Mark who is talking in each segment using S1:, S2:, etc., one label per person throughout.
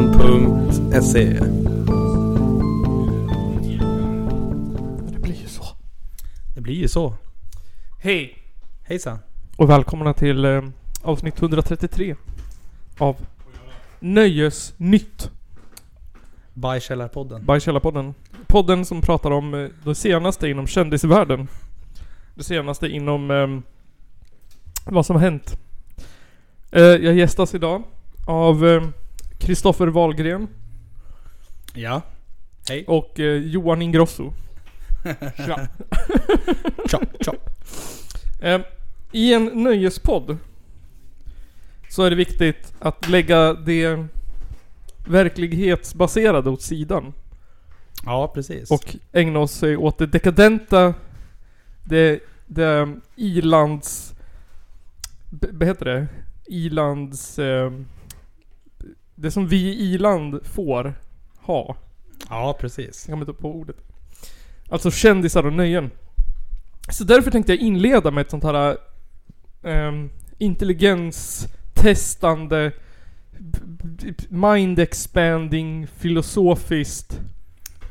S1: Källarpodden.se
S2: Det blir ju så.
S1: Det blir ju så.
S2: Hej
S1: Hejsan.
S2: och välkomna till eh, avsnitt 133 av Nöjesnytt
S1: By Källarpodden.
S2: by Källarpodden. Podden som pratar om eh, det senaste inom kändisvärlden. Det senaste inom ehm, vad som har hänt. Eh, jag gästas idag av ehm, Kristoffer Wahlgren
S1: Ja.
S2: och eh, Johan Ingrosso. Tja.
S1: Tja, tja.
S2: Eh, I en nöjespodd så är det viktigt att lägga det verklighetsbaserade åt sidan
S1: Ja, precis.
S2: och ägna oss sig åt det dekadenta, det, det eh, ilands... b- Vad heter det? Ilands... Eh, det som vi i iland får ha.
S1: ja, precis.
S2: Jag kommer inte på ordet. Alltså kändisar och nöjen. Så därför tänkte jag inleda med ett sånt här ehm, intelligenstestande, b- b- b- mind-expanding, filosofiskt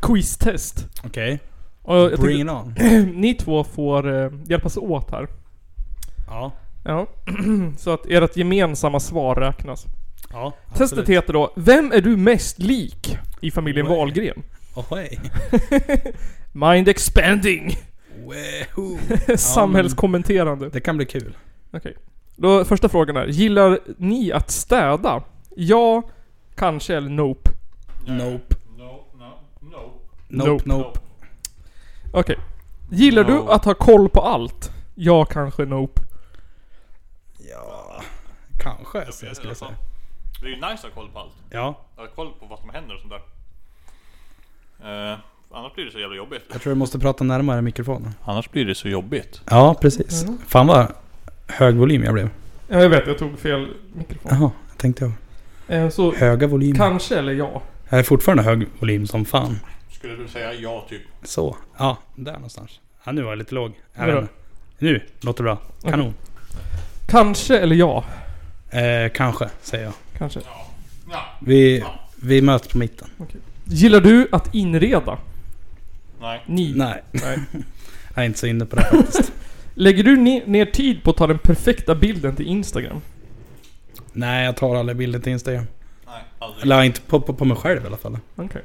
S2: quiz-test.
S1: Okej.
S2: Och jag tänkte-
S1: Bring it on.
S2: ni två får eh, hjälpas åt här.
S1: Ja.
S2: Ja. Så att ert gemensamma svar räknas.
S1: Ja.
S2: Testet heter då Vem är du mest lik i familjen
S1: Oj.
S2: Wahlgren?
S1: Ohoj.
S2: Mind expanding!
S1: Wahoo.
S2: Samhällskommenterande.
S1: Det kan bli kul.
S2: Okej. Då första frågan är, gillar ni att städa? Ja, kanske eller nope.
S1: Nope.
S3: No, no, no.
S1: Nope, nope.
S2: Nope. Okej. Gillar
S3: No.
S2: du att ha koll på allt? Ja, kanske nope.
S1: Ja. Kanske, så jag skulle
S3: Alltså,
S1: säga.
S3: Det är ju nice att ha koll på allt.
S1: Ja.
S3: Jag har koll på vad som händer och sånt där. Eh, annars blir det så jävla jobbigt.
S1: Jag tror du måste prata närmare mikrofonen.
S3: Annars blir det så jobbigt.
S1: Ja, precis.
S2: Mm.
S1: Fan vad hög volym jag blev.
S2: Ja, jag vet, jag tog fel mikrofon.
S1: Jaha, tänkte jag.
S2: Eh, Så,
S1: Höga volymer.
S2: kanske eller ja.
S1: Jag är fortfarande hög volym som fan.
S3: Skulle du säga ja typ?
S1: Så. Ja, där någonstans. Ja, nu var jag lite låg. Jag
S2: Bra.
S1: vet inte. Nu låter det bra. Kanon.
S2: Kanske eller ja.
S1: Eh, kanske, säger jag.
S2: Kanske.
S3: Ja.
S1: Vi, vi möts på mitten.
S2: Gillar du att inreda?
S3: Nej.
S2: Ni.
S1: Mm. Nej.
S2: Nej.
S1: jag är inte så inne på det faktiskt.
S2: Lägger du ne- ner tid på att ta den perfekta bilden till Instagram?
S1: Nej, jag tar aldrig bilder till Instagram.
S3: Nej. Aldrig.
S1: Eller inte på, på, på mig själv i alla fall. Eh,
S2: Okej.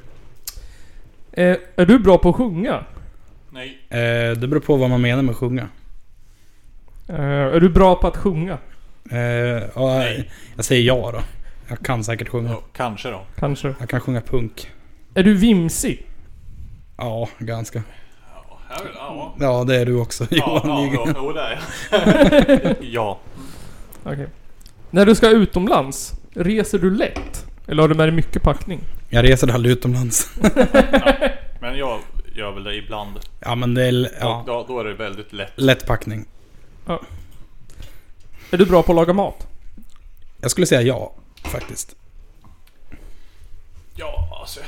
S2: Eh, är du bra på att sjunga?
S3: Nej.
S1: det beror på vad man menar med att sjunga.
S2: Eh, är du bra på att sjunga?
S1: Eh, ja,
S3: Nej.
S1: jag säger ja då. Jag kan säkert sjunga.
S3: Ja, kanske då.
S2: Kanske.
S1: Jag kan sjunga punk.
S2: Är du vimsig?
S1: Ja, ganska.
S3: Ja, här vill, ja.
S1: Ja, det är du också
S3: Ja,
S1: Johan
S3: ja,
S1: Nygren.
S3: ja, jo det är jag. Ja.
S2: Okej. När du ska utomlands, reser du lätt? Eller har du med dig mycket packning?
S1: Jag reser aldrig utomlands.
S3: Men jag gör väl det ibland.
S1: Ja, men det är... l-
S3: Ja.
S1: Ja,
S3: Då, då är det väldigt lätt.
S1: lätt packning.
S2: Är du bra på att laga mat?
S1: Jag skulle säga ja, faktiskt.
S3: Ja, alltså.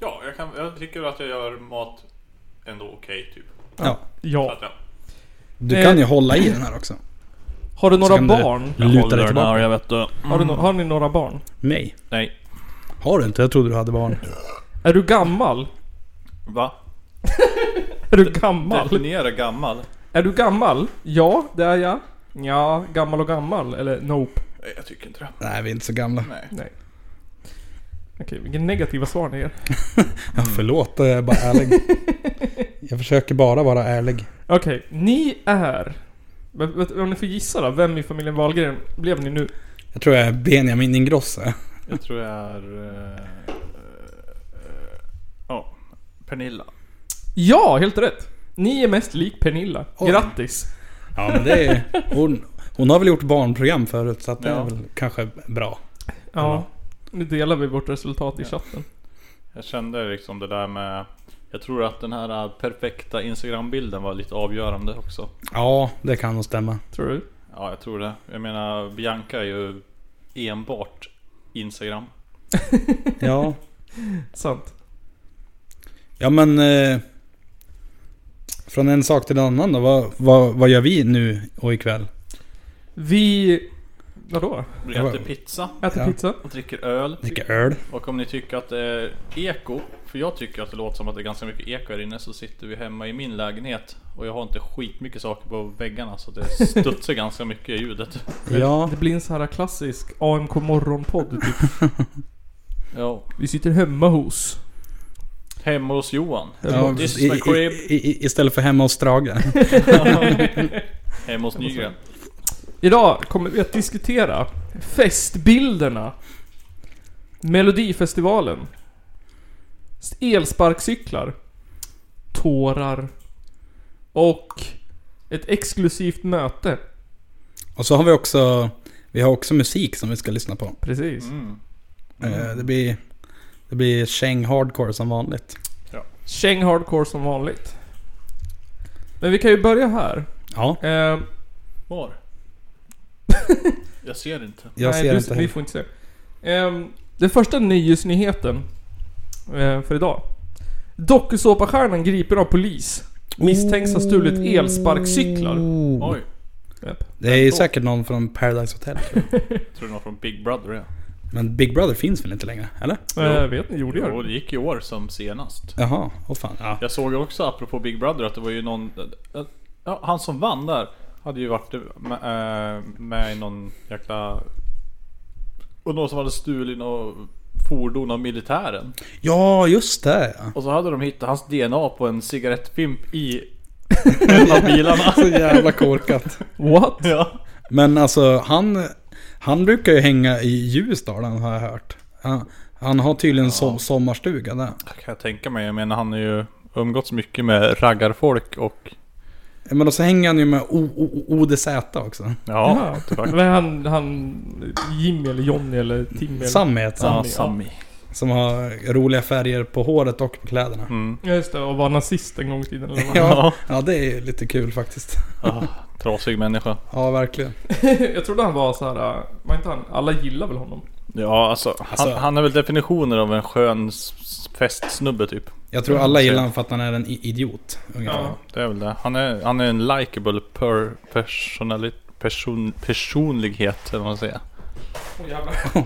S3: Ja, jag, kan, jag tycker att jag gör mat ändå okej typ.
S1: Ja.
S3: Så
S2: Ja.
S3: att jag,
S1: Du
S2: Eh.
S1: kan ju hålla i den här också.
S2: Har du
S1: Så
S2: några
S1: kan du-
S2: barn?
S1: Jag Luta håller dig tillbaka. där,
S3: jag vet du.
S2: Har, du no- har ni några barn?
S1: Nej.
S3: Nej.
S1: Har du inte? Jag trodde du hade barn.
S2: Är du gammal?
S3: Va?
S2: Är du gammal?
S3: Definiera gammal.
S2: Är du gammal? Ja, det är jag. Ja, gammal och gammal. Eller nope.
S3: Nej, jag tycker inte det.
S1: Nej, vi är inte så gamla.
S3: Nej.
S2: Nej. Okej, vilka negativa svar ni ger.
S1: Ja, förlåt, jag är bara ärlig. jag försöker bara vara ärlig.
S2: Okej, ni är... Men, vet- Om ni får gissa då, vem i familjen Wahlgren blev ni nu?
S1: Jag tror jag är Benjamin Ingrosso.
S3: Jag tror jag är... eh, eh, Ja. Pernilla.
S2: Ja, helt rätt! Ni är mest lik Pernilla.
S1: Oj.
S2: Grattis!
S1: Ja, men det är, hon, hon har väl gjort barnprogram förut, så att det
S3: Ja.
S1: är väl kanske bra.
S2: Ja. Nu delar vi vårt resultat i
S3: Ja.
S2: chatten.
S3: Jag kände liksom det där med... Jag tror att den här perfekta Instagram-bilden var lite avgörande också.
S1: Ja, det kan nog stämma.
S2: Tror du?
S3: Ja, jag tror det. Jag menar, Bianca är ju enbart Instagram.
S1: Ja,
S2: Sant.
S1: ja men... Eh, från en sak till en annan då. Vad, vad, vad gör vi nu och ikväll?
S2: Vi... Vadå?
S3: Vi
S1: Ja,
S3: äter
S1: vad-
S3: pizza,
S2: Äter
S1: Ja.
S2: pizza?
S3: och dricker öl.
S1: Dricka öl.
S3: Och om ni tycker att det är eko, för jag tycker att det låter som att det är ganska mycket eko här inne, så sitter vi hemma i min lägenhet. Och jag har inte skitmycket saker på väggarna så det studsar ganska mycket i ljudet.
S1: Ja.
S2: Det blir en sån här klassisk AMK morgonpodd typ.
S3: Ja.
S2: Vi sitter hemma hos.
S3: Hemma hos Johan.
S1: ja
S3: This
S1: i,
S3: is my crib.
S1: i, i, istället för hemma hos Strage.
S3: Hemma hos Nygren.
S2: Idag kommer vi att diskutera festbilderna. Melodifestivalen. Elsparkcyklar. Tårar. Och ett exklusivt möte.
S1: Och så har vi också, vi har också musik som vi ska lyssna på.
S2: Precis.
S3: Mm.
S1: Eh, Det blir, det blir käng hardcore som vanligt.
S2: Käng hardcore som vanligt. Men vi kan ju börja här.
S1: Ja,
S2: Eh,
S3: Var? Jag ser inte.
S1: jag
S2: nej,
S1: ser
S2: du,
S1: inte
S2: Vi
S1: hur.
S2: får inte se. Ehm, den första nyhetsnyheten eh, för idag. Dokusåpastjärnan griper av polis. Misstänks ha stulit elsparkcyklar.
S1: Oh.
S3: Oj,
S2: Japp.
S1: Det är ju säkert någon från Paradise Hotel. tror jag.
S3: tror du någon från Big Brother är?
S1: Men Big Brother finns väl inte längre? Eller?
S2: Eh, vet ni, gjorde
S3: Jo,
S2: jag
S3: det
S2: det?
S3: gick i år som senast.
S1: Jaha, åh fan. Ja.
S3: Jag såg också apropå Big Brother att det var ju någon... Ja, han som vann där hade ju varit med, eh, med i någon jäkla... Och någon som hade stulit något fordon av militären.
S1: ja, just det ja.
S3: Och så hade de hittat hans DNA på en cigarettfimp i en av bilarna.
S1: Så jävla korkat.
S2: What?
S3: Ja.
S1: Men alltså han, han brukar ju hänga i Ljusdalen har jag hört. Han, han har tydligen so- sommarstuga där.
S3: Kan jag tänka mig. Jag menar han är ju umgåtts mycket med raggarfolk och...
S1: Men och så hänger han ju med O- O- O- ODZ också.
S3: Ja,
S2: Jaha.
S3: tyvärr.
S2: Vad är han, han... Jimmy eller Johnny eller Timmy eller...
S1: Sammy heter han.
S3: Ja,
S2: Sammy, ja.
S3: Sammy.
S1: Som har roliga färger på håret och på kläderna.
S3: Mm.
S2: Ja just det, och var nazist en gång i tiden eller vad?
S1: Ja, ja, det är ju lite kul faktiskt.
S3: Ah, trasig människa.
S1: Ja, verkligen.
S2: Jag trodde han var så här. eh, var inte han... Alla gillar väl honom?
S3: Ja, alltså,
S1: Alltså-
S3: Han, han är väl definitionen av en skön s- festsnubbe typ.
S1: Jag tror alla gillar honom för att han är en i- idiot. Ungefär.
S2: Ja.
S3: Det är väl det. Han är, han är en likable per, personali, person, personlighet, eller vad man säger.
S2: Åh jävlar.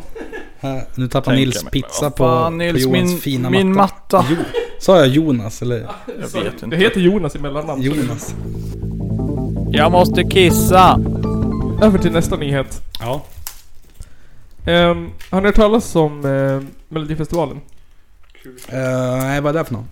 S1: Här, nu tappar
S3: Tänker
S1: Nils
S3: mig.
S1: pizza
S3: Vad
S1: på,
S3: fan,
S1: på Johans
S3: min,
S1: fina
S3: min
S1: matta.
S3: matta.
S1: Jo, sa jag Jonas eller
S2: Så,
S3: vet
S2: Det
S3: inte.
S2: heter Jonas i mellannamn. så det är
S1: Jonas?
S3: Jag måste kissa!
S2: Över till nästa nyhet.
S1: Ja.
S2: Um, har ni hört talas om eh, Melodifestivalen?
S1: Eh, Nej, vad är det för någon?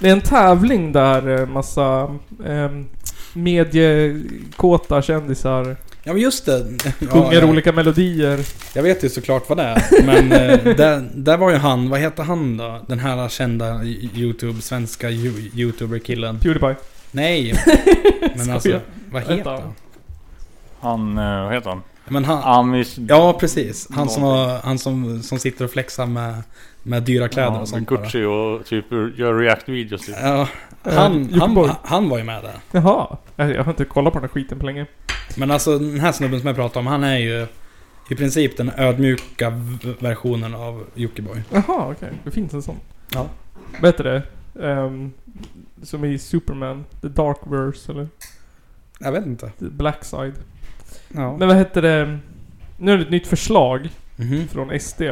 S2: Det är en tävling där eh, massa um, mediekåta kändisar
S1: Ja men just det. Ja,
S2: sjunger
S1: jag,
S2: olika melodier.
S1: jag vet ju såklart vad det är. Men eh, där, där var ju han, vad heter han då? Den här kända YouTube, svenska Yo- YouTuber-killen.
S2: Pewdiepie.
S1: Nej. Men alltså,
S2: Skojar.
S1: vad
S2: Vad
S1: heter
S2: heter
S1: han?
S2: han?
S3: Han, eh, vad heter han?
S1: Men han
S3: Amis...
S1: ja precis. Han som, har, han som, som sitter och flexar med, med dyra kläder
S3: Ja,
S1: och
S3: med
S1: sånt bara.
S3: Gucci och typ gör react-videos typ.
S1: Ja,
S2: Eh,
S1: han, han,
S2: Jockiboi.
S1: han var ju med där.
S2: Jaha. Jag, jag har inte kollat på den här skiten på länge.
S1: Men alltså den här snubben som jag pratar om, han är ju i princip den ödmjuka v- versionen av Jockiboi.
S2: Jaha, okej. Det finns en sån.
S1: Ja.
S2: Vad heter det? Ehm, som i Superman. The Dark Verse eller
S1: Jag vet inte.
S2: The Black Side.
S1: Ja.
S2: Men vad heter det? Nu är det ett nytt förslag
S1: Mhm.
S2: från SD.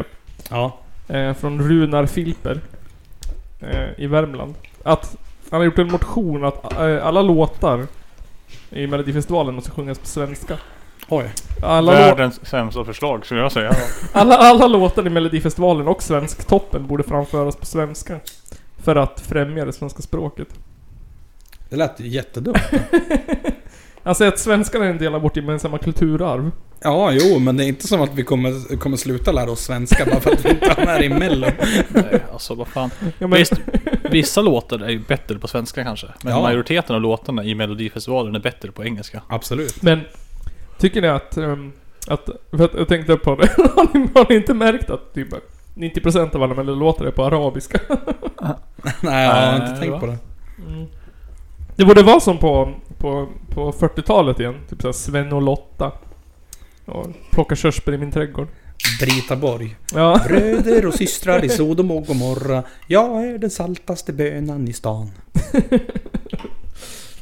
S1: Ja.
S2: eh, från Runar Filper eh, i Värmland. Att han har gjort en motion att eh, alla låtar i Melodifestivalen måste sjungas på svenska.
S1: Oj.
S2: Alla, lå-
S3: Världens sämsta förslag skulle jag säga.
S2: alla, alla låtar i Melodifestivalen och Svensktoppen borde framföras på svenska. För att främja det svenska språket.
S1: Det lät ju jättedumt.
S2: Han säger Alltså, att svenskan är en del av vårt gemensamma kulturarv.
S1: Ja, jo, men det är inte som att vi kommer, kommer sluta lära oss svenska bara för att vi inte hamnar i mellan.
S3: Nej, alltså vad fan.
S2: Ja, men,
S3: Visst, vissa låtar är ju bättre på svenska kanske. Men
S1: Ja.
S3: majoriteten av låtarna i Melodifestivalen är bättre på engelska.
S1: Absolut.
S2: men tycker ni att... ehm, att för att jag tänkte på det. har, ni, har ni inte märkt att typ 90% av alla melodilåtar är på arabiska?
S1: Nej, jag har
S3: Nej,
S1: inte tänkt
S3: va?
S1: på det.
S2: Mm. Det borde vara som på, på, på 40-talet igen. Typ såhär Sven och Lotta. Och plocka körsbär i min trädgård.
S1: Brita Borg.
S2: Ja.
S1: Bröder och systrar i Sodom och Gomorra. Jag är den saltaste bönan i stan.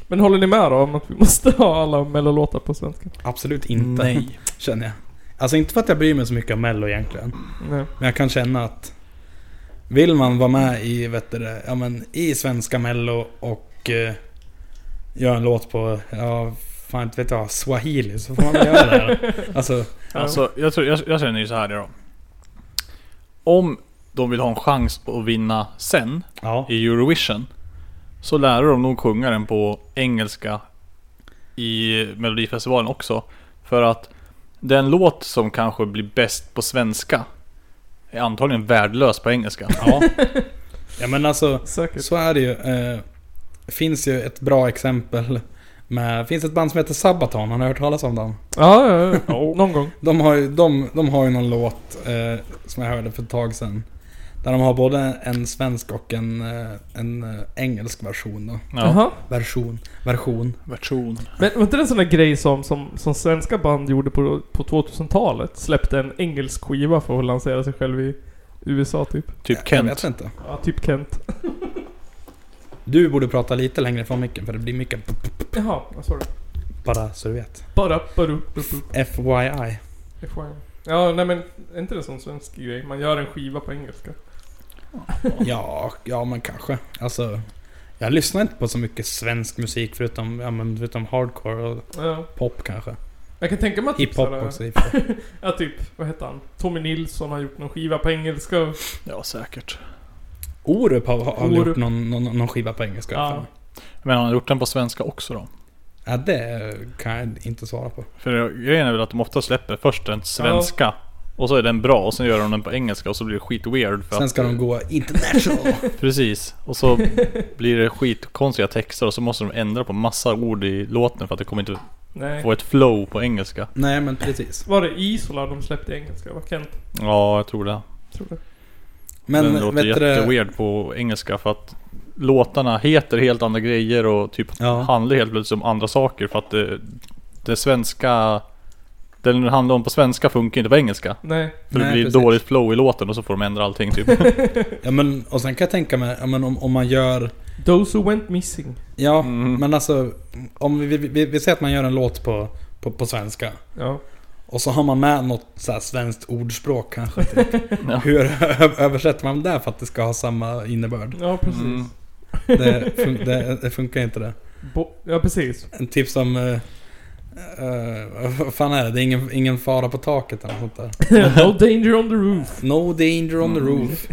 S2: Men håller ni med då om att vi måste ha alla mellolåtar på svenska?
S1: Absolut inte.
S3: Nej.
S1: Känner jag. Alltså inte för att jag bryr mig så mycket om Mello egentligen.
S2: Nej.
S1: Men jag kan känna att vill man vara med i, vet du, det, ja, men, i svenska mello och eh, göra en låt på, ja, fan inte vet jag, swahili så får man väl göra det. här. Alltså,
S3: Alltså, jag, tror, jag, jag känner ju så här då. Om de vill ha en chans att vinna sen
S1: ja.
S3: i Eurovision. Så lär de nog sjunga den på engelska i Melodifestivalen också. För att den låt som kanske blir bäst på svenska är antagligen värdelös på engelska.
S1: Ja. ja men alltså,
S2: Säkert.
S1: så är det ju. Eh, finns ju ett bra exempel med, finns ett band som heter Sabaton, har ni hört talas om dem?
S2: Ja, ja, ja. Någon gång.
S1: De har ju, de, de har ju någon låt eh, som jag hörde för ett tag sedan. Där de har både en svensk och en, eh, en eh, engelsk version då.
S3: Ja.
S2: Jaha.
S1: Version. Version.
S3: Version.
S2: Men var inte det en sån där grej som, som, som svenska band gjorde på, på 2000-talet? Släppte en engelsk skiva för att lansera sig själv i USA typ.
S3: Typ
S1: Jag- Jag
S3: Kent.
S1: vet inte.
S2: Ja, typ Kent.
S1: Du borde prata lite längre från micken för det blir mycket p- p-
S2: Jaha, ja, sorry.
S1: bara så du vet.
S2: Bara, bara, upp, upp,
S3: Mm-hmm.
S2: upp.
S1: FYI.
S2: Det får jag. Ja, nej men är inte det en sån svensk grej? Man gör en skiva på engelska.
S1: Ja, ja men kanske. Alltså, jag lyssnar inte på så mycket svensk musik förutom, ja, men, förutom hardcore och
S2: Ja.
S1: pop kanske.
S2: Jag kan tänka mig att typ
S1: Hiphop
S2: sådär-
S1: också i och för sig.
S2: Ja, typ, vad heter han? Tommy Nilsson har gjort någon skiva på engelska. och-
S3: Ja, säkert.
S1: Orup har, har
S2: Orup.
S1: gjort någon, någon, någon skiva på engelska.
S2: Ja.
S1: Ja.
S3: Men han har gjort den på svenska också då?
S1: ja, det kan jag inte svara på.
S3: För grejen är väl att de ofta släpper först den svenska. Och så är den bra och sen gör de den på engelska och så blir det skit weird. För
S1: Sen
S3: att,
S1: ska de gå international.
S3: Precis. Och så blir det skitkonstiga texter och så måste de ändra på massa ord i låten för att det kommer inte
S2: Nej.
S3: få ett flow på engelska.
S1: Nej men precis.
S2: Var det Isola de släppte i engelska? Var Kent?
S3: Ja, jag tror det.
S2: Tror det.
S1: Men
S3: den låter
S1: vet du det-
S3: jätteweird på engelska för att låtarna heter helt andra grejer och typ
S1: Ja.
S3: handlar helt plötsligt om andra saker för att det, det svenska... Den det handlar om på svenska funkar inte på engelska.
S2: Nej.
S3: För
S1: Nej,
S3: det blir
S1: precis.
S3: dåligt flow i låten och så får de ändra allting typ.
S1: Ja, men, och sen kan jag tänka mig, ja, men, om, om man gör...
S2: Those who went missing.
S1: Ja,
S3: Mm.
S1: men alltså... Om vi, vi, vi, vi säger att man gör en låt på, på, på svenska.
S2: Ja.
S1: Och så har man med något så här svenskt ordspråk kanske. Typ.
S3: Ja.
S1: Hur ö- översätter man det för att det ska ha samma innebörd?
S2: Ja, precis.
S3: Mm.
S1: Det, fun- det, det funkar inte det.
S2: Bo- ja, precis.
S1: En tips som... eh, eh, vad fan är det? Det är ingen, ingen fara på taket eller något sånt där.
S2: no danger on the roof.
S1: No danger on the
S3: Mm.
S1: roof.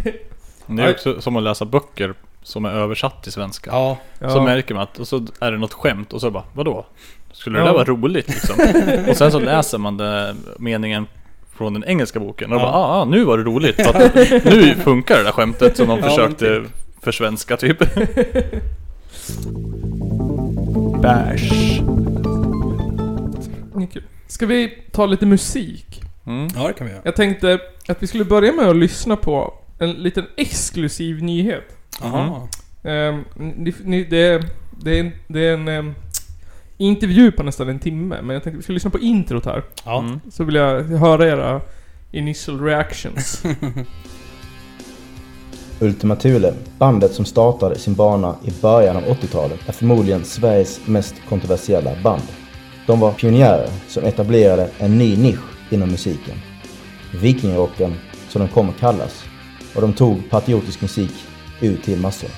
S3: Det är också som att läsa böcker som är översatt till svenska.
S1: Ja,
S2: Ja.
S3: Så märker man att, och så är det något skämt och så bara, vadå? Skulle det
S2: Ja.
S3: där vara roligt liksom? och sen så läser man det, meningen från den engelska boken och
S1: Ja.
S3: bara, ah, ah, nu var det roligt. För att nu funkar det där skämtet som de
S1: Ja,
S3: försökte
S1: men
S3: försvenska typ. Bash.
S2: Det är kul. Ska vi ta lite musik?
S3: Mm.
S1: ja, det kan vi göra.
S2: Jag tänkte att vi skulle börja med att lyssna på en liten exklusiv nyhet.
S1: Jaha.
S2: Ehm, ni, ni, det, är- det, är en, det är en ehm, intervju på nästan en timme, men jag tänkte vi ska lyssna på introt här.
S1: Ja.
S3: Mm.
S2: Så vill jag höra era initial reactions.
S4: Ultima Thule, bandet som startade sin bana i början av 80-talet, är förmodligen Sveriges mest kontroversiella band. De var pionjärer som etablerade en ny nisch inom musiken. Vikingrocken, som de kom att kallas. Och de tog patriotisk musik ut till massor.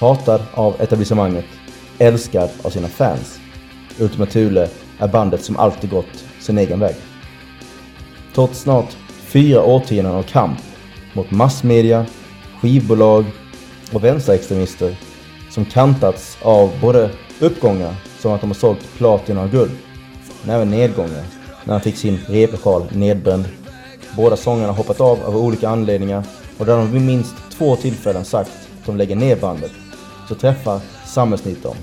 S4: Hatad av etablissemanget, älskad av sina fans. Ultima Thule är bandet som alltid gått sin egen väg. Trots snart fyra årtionden av kamp mot massmedia, skivbolag och vänsterextremister som kantats av både uppgångar som att de har sålt platina och guld, men även nedgångar när han fick sin replokal nedbränd. Båda sångarna har hoppat av av olika anledningar och där de vid minst två tillfällen sagt att de lägger ner bandet så träffar Samhällsnytt dem,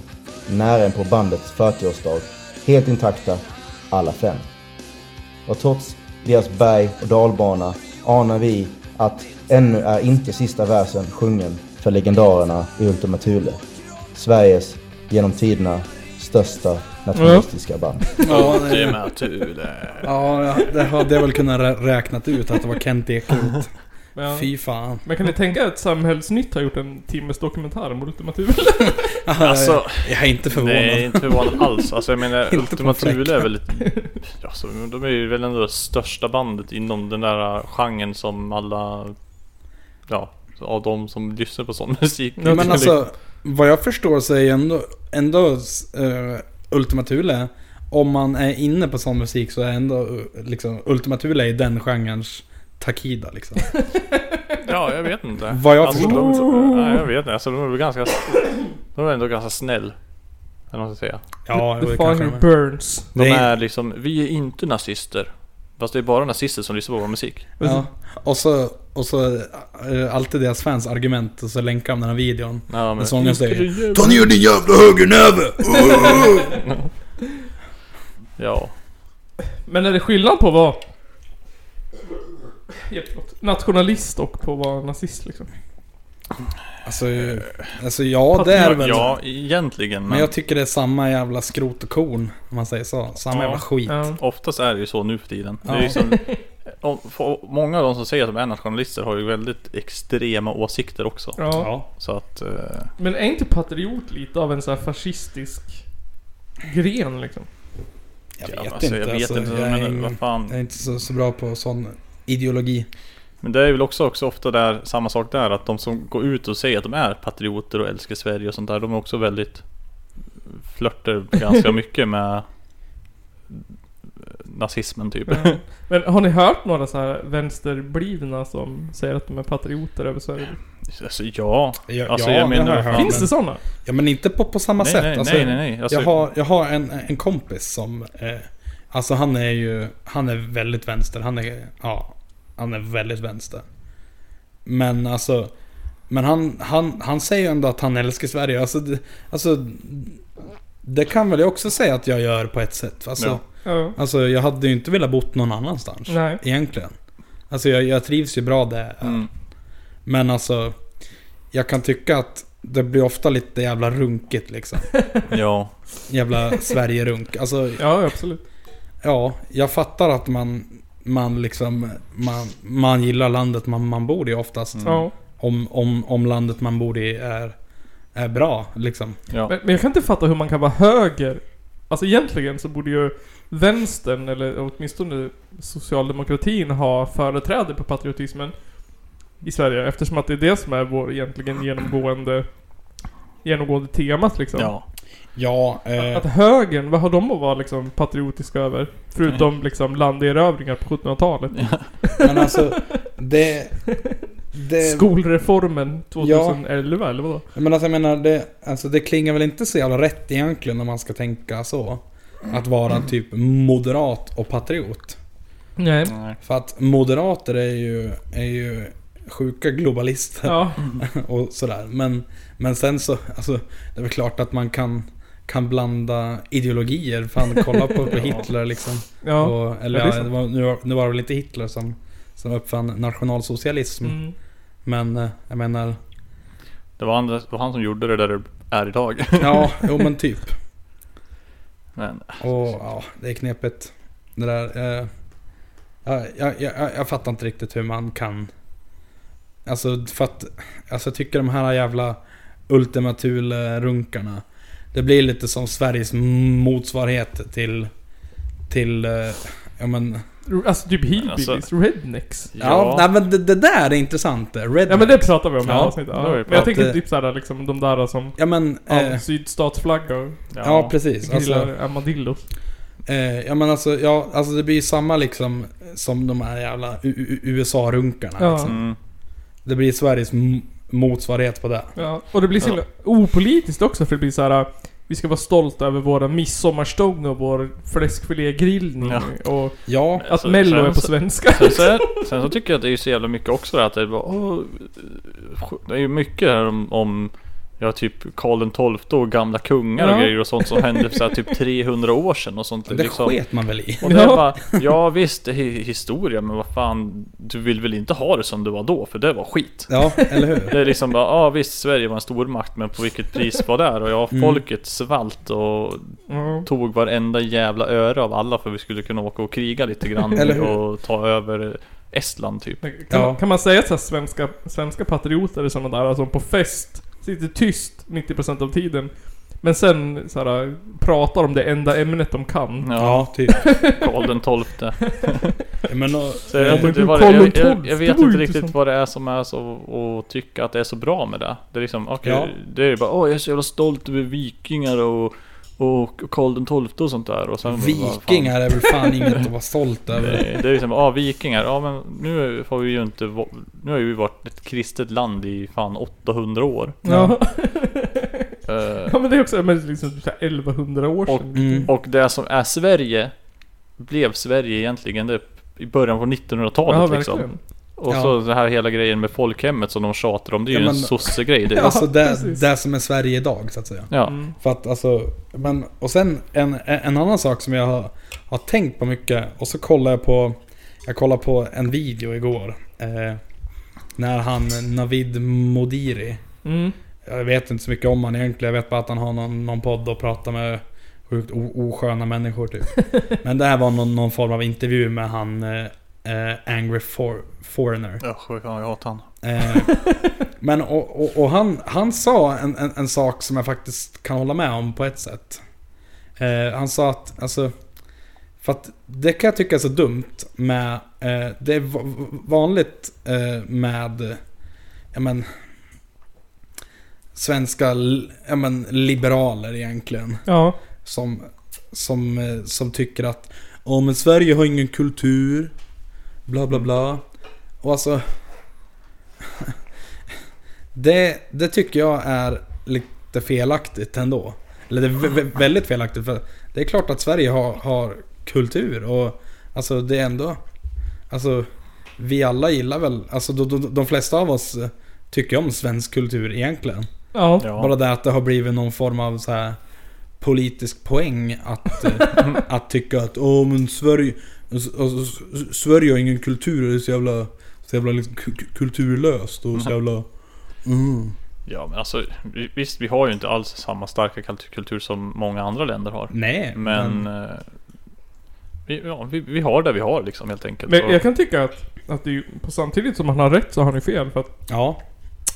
S4: nära en på bandets 40-årsdag, helt intakta alla fem. Och trots deras berg och dalbana anar vi att ännu är inte sista versen sjungen för legendarerna i Ultima Thule. Sveriges genom tiderna största nationalistiska band.
S1: Ja, det-
S3: Det är med Thule.
S1: Ja, det hade jag väl kunnat rä- räknat ut att det var Kent Ekeroth.
S2: Men,
S1: Fy fan.
S2: men kan ni tänka er att Samhällsnytt har gjort en timmes dokumentär om ultimatur?
S3: Alltså,
S1: jag är inte förvånad.
S3: Nej, inte förvånad alls. Alltså jag menar,
S1: Inte
S3: Ultima
S1: på fläcken.
S3: Thule är väl lite- ja, så, men De är ju väl ändå det största bandet inom den där äh, genren som alla... Ja, av de som lyssnar på sån musik.
S2: Ja,
S1: men
S2: tycker-
S1: alltså, vad jag förstår så är ju ändå, ändå eh, Ultima Thule, om man är inne på sån musik så är ändå eh, liksom, Ultima Thule är den genrens Takida liksom.
S3: Ja, jag vet inte.
S1: Vad jag
S3: alltså,
S1: förstår.
S3: de, nej, jag vet inte. Alltså, de är väl ganska... De är ändå ganska snäll. Eller vad man ska säga.
S1: Ja,
S2: The
S1: det kanske
S2: fire
S1: de är.
S2: burns.
S3: De
S1: Nej.
S3: är liksom, vi är inte nazister. Fast det är bara nazister som lyssnar på vår musik.
S1: ja. Och så, och så eh, alltid deras fans argument och så länkar de den här videon.
S3: Ja,
S1: Men sången säger
S5: Ta ner din jävla högernäve!
S3: Ja.
S2: Men är det skillnad på vad... Ja, förlåt. Nationalist och på vad nazist liksom?
S1: Alltså, eh, alltså ja det är det väl.
S3: Ja, egentligen. Men,
S1: Men jag tycker det är samma jävla skrot och korn. Om man säger så. Samma
S3: Ja.
S1: jävla skit.
S2: Ja.
S3: Oftast är det ju så nu för tiden. Det
S1: Ja.
S3: är ju som, om, få- många av de som säger att de är nationalister har ju väldigt extrema åsikter också.
S2: ja.
S3: Så att... Eh,
S2: Men är inte patriot lite av en så här fascistisk gren liksom?
S1: Jag vet
S3: ja,
S1: inte.
S3: alltså, jag vet
S1: alltså,
S3: inte.
S1: jag är
S3: Men
S1: ingen-
S3: vad fan.
S1: Jag är inte så, så bra på sån ideologi.
S3: Men det är väl också, också ofta där, samma sak där, att de som går ut och säger att de är patrioter och älskar Sverige och sånt där, de är också väldigt flörter ganska mycket med nazismen typ.
S2: Ja. Men har ni hört några så här vänsterblivna som säger att de är patrioter över Sverige?
S3: Alltså, ja.
S1: Jag,
S3: Alltså, jag menar,
S1: har jag hört,
S3: Ja,
S2: Finns
S1: men-
S2: det sådana?
S1: Ja men inte på, på samma
S3: Nej,
S1: sätt.
S3: nej, nej, nej, nej. Alltså,
S1: jag har, jag har en, en kompis som... Eh, alltså han är ju... Han är väldigt vänster. Han är... Ja. Han är väldigt vänster. Men alltså... Men han, han, han säger ju ändå att han älskar Sverige. Alltså, det, alltså... Det kan väl jag också säga att jag gör på ett sätt. Alltså,
S3: Ja.
S2: Ja.
S1: alltså jag hade ju inte velat bott någon annanstans.
S2: Nej.
S1: Egentligen. Alltså jag, jag trivs ju bra där.
S3: Mm.
S1: Men alltså, jag kan tycka att det blir ofta lite jävla runkigt liksom.
S3: Ja.
S1: Jävla Sverige-runk. Alltså,
S2: Ja, absolut.
S1: ja, jag fattar att man, man liksom, man, man gillar landet man, man bor i oftast.
S3: Mm.
S2: Ja.
S1: Om, om, om landet man bor i är, är bra liksom.
S3: ja.
S2: Men, men jag kan inte fatta hur man kan vara höger. Alltså egentligen så borde ju vänstern, eller åtminstone socialdemokratin, ha företräde på patriotismen i Sverige. Eftersom att det är det som är vår egentligen genomgående, genomgående temat liksom.
S3: Ja.
S1: Ja, eh,
S2: Att högern, vad har de att vara liksom patriotiska över? Förutom liksom landerövringar på 1700-talet.
S1: men alltså, det... det
S2: Skolreformen 2011 eller vadå?
S1: men alltså, jag menar, det, alltså, det klingar väl inte så jävla rätt egentligen om man ska tänka så. Att vara typ moderat och patriot.
S2: Nej.
S3: Nej.
S1: För att moderater är ju, är ju sjuka globalister
S2: Ja.
S3: Mm.
S1: och sådär. Men, men sen så, alltså, det är väl klart att man kan, kan blanda ideologier. Fan, kolla på, på Hitler liksom.
S2: Ja.
S1: Och, eller
S2: Ja, det är
S1: ja, det var, nu, var- nu var det väl inte Hitler som, som uppfann nationalsocialism.
S2: Mm.
S1: Men eh, jag menar,
S3: Det var, andra, det var han som gjorde det där det är idag.
S1: ja, jo men typ.
S3: Men
S1: Och ja, det är knepigt. Det där... Eh, jag, jag, jag, jag fattar inte riktigt hur man kan... Alltså för att... Alltså jag tycker de här jävla ultimatul-runkarna. Det blir lite som Sveriges motsvarighet till... Till... Eh, ja men...
S2: Alltså typ hillbillies,
S3: Alltså-
S2: rednecks.
S1: Ja, nej, men det, det där är intressant. Red...
S2: Ja men det pratar vi om i
S1: Ja,
S2: ja, avsnittet.
S3: det har vi
S2: Ja. Men jag
S3: pratat-
S2: tänker typ såhär liksom de där som
S1: Ja men...
S2: har
S1: Eh,
S2: sydstatsflagga och
S1: ja precis. Alltså,
S2: grillar armadillos.
S1: eh, ja men alltså, ja, alltså det blir ju samma liksom som de här jävla U- U- USA-runkarna.
S2: Ja.
S1: Liksom.
S3: Mm.
S1: Det blir Sveriges m- motsvarighet på det.
S2: Ja. Och det blir så himla opolitiskt också för det blir så här. Vi ska vara stolta över våra midsommarstång och vår fläskfilégrillning
S3: Ja.
S2: och
S1: Ja,
S2: att
S3: Alltså,
S2: mello
S3: sen
S2: är på
S3: så-
S2: svenska.
S3: Sen så, är- sen så tycker jag att det är så jävla mycket också där att det är bara, åh, Det är ju mycket här om, om Ja typ Karl XII och gamla kungar
S2: Ja.
S3: och grejer och sånt som hände för så här, typ 300 år sedan och sånt liksom.
S1: det sket man väl i.
S3: Och det är
S2: Ja.
S3: bara, ja visst det är hi- historia men vad fan Du vill väl inte ha det som det var då för det var skit
S1: Ja, eller hur?
S3: Det är liksom bara, ja visst Sverige var en stormakt men på vilket pris var det här? Och ja
S1: Mm.
S3: folket svalt och
S2: Ja.
S3: tog varenda jävla öre av alla för vi skulle kunna åka och kriga lite grann
S1: Eller hur?
S3: och ta över Estland typ.
S2: Kan,
S1: Ja.
S2: man, kan man säga att så här svenska, svenska patrioter är sådana där som på fest sitter tyst 90% av tiden. Men sen så här, pratar om det enda ämnet de kan.
S3: Ja,
S1: typ.
S3: Karl den tolfte.
S1: Men, och,
S3: Så jag,
S2: men
S3: vet
S1: eh,
S3: inte
S2: du,
S3: vad det,
S2: Karl den
S3: jag, jag,
S2: tolfte var
S3: jag vet
S2: ju
S3: inte
S2: inte
S3: riktigt
S2: sånt.
S3: vad det är som är så och tycka att det är så bra med det. Det är liksom, okej,
S1: Ja.
S3: det är bara åh jag är så jävla stolt över vikingar och, och Karl den tolfte och sånt där. Och sen,
S1: vikingar är väl fan inget att vara stolt
S3: vad fan.
S1: över.
S3: Nej, Det är liksom, ja vikingar, ja men nu har vi ju inte, va- nu har ju vi varit ett kristet land i fan 800 år.
S2: Ja.
S3: Eh,
S2: ja men det är också men liksom, så här 1100 år
S3: Och-
S2: sedan.
S1: Mm.
S3: Och det som är Sverige Blev Sverige egentligen det i början på 1900-talet
S2: ja,
S3: liksom.
S2: verkligen. Mm.
S3: Och
S1: Ja.
S3: så den här hela grejen med folkhemmet som de tjatar om. Det är ju
S1: Ja,
S3: en
S1: men-
S3: sossegrej det.
S2: Ja.
S3: Ja.
S1: Alltså det,
S2: precis.
S1: det som är Sverige idag så att säga.
S3: Ja.
S2: Mm.
S1: För att alltså, men, och sen en, en annan sak som jag har, har tänkt på mycket. Och så kollade jag på, jag kollade på en video igår. Eh, när han Navid Modiri.
S2: Mm.
S1: Jag vet inte så mycket om han egentligen. Jag vet bara att han har någon, någon podd och pratar med sjukt o- osköna människor typ. Men det här var någon, någon form av intervju med han eh, eh, Angry for, Foreigner.
S3: Usch, jag hatar han.
S1: Eh, men och, och, och han, han sa en, en, en sak som jag faktiskt kan hålla med om på ett sätt. Eh, han sa att, alltså, för att det kan jag tycka är så dumt med, eh, det är va- vanligt eh, med, ja men, svenska, l- ja men, liberaler egentligen.
S2: Ja.
S1: Som, som, eh, som tycker att Åh men Sverige har ingen kultur Bla bla bla Och alltså det, det tycker jag är lite felaktigt ändå Eller det är vä- vä- väldigt felaktigt för Det är klart att Sverige har, har kultur och Alltså det är ändå Alltså Vi alla gillar väl Alltså de, de, de flesta av oss eh, Tycker om svensk kultur egentligen
S2: Ja.
S1: bara
S3: Ja.
S1: det att det har blivit någon form av så här politisk poäng att, eh, att tycka att åh men Sverige, alltså, S- S- Sverige har ingen kultur, det är så jävla, så jävla liksom ku- ku- kulturlöst och så jävla... Mm.
S3: ja men alltså vi- visst vi har ju inte alls samma starka kalt- kultur som många andra länder har.
S1: Nej,
S3: Men eh, vi, ja, vi, vi har det vi har liksom helt enkelt.
S2: Men
S3: Så-
S2: jag kan tycka att, att det är, ju- på samtidigt som han har rätt så har han ju fel. För att
S1: Ja,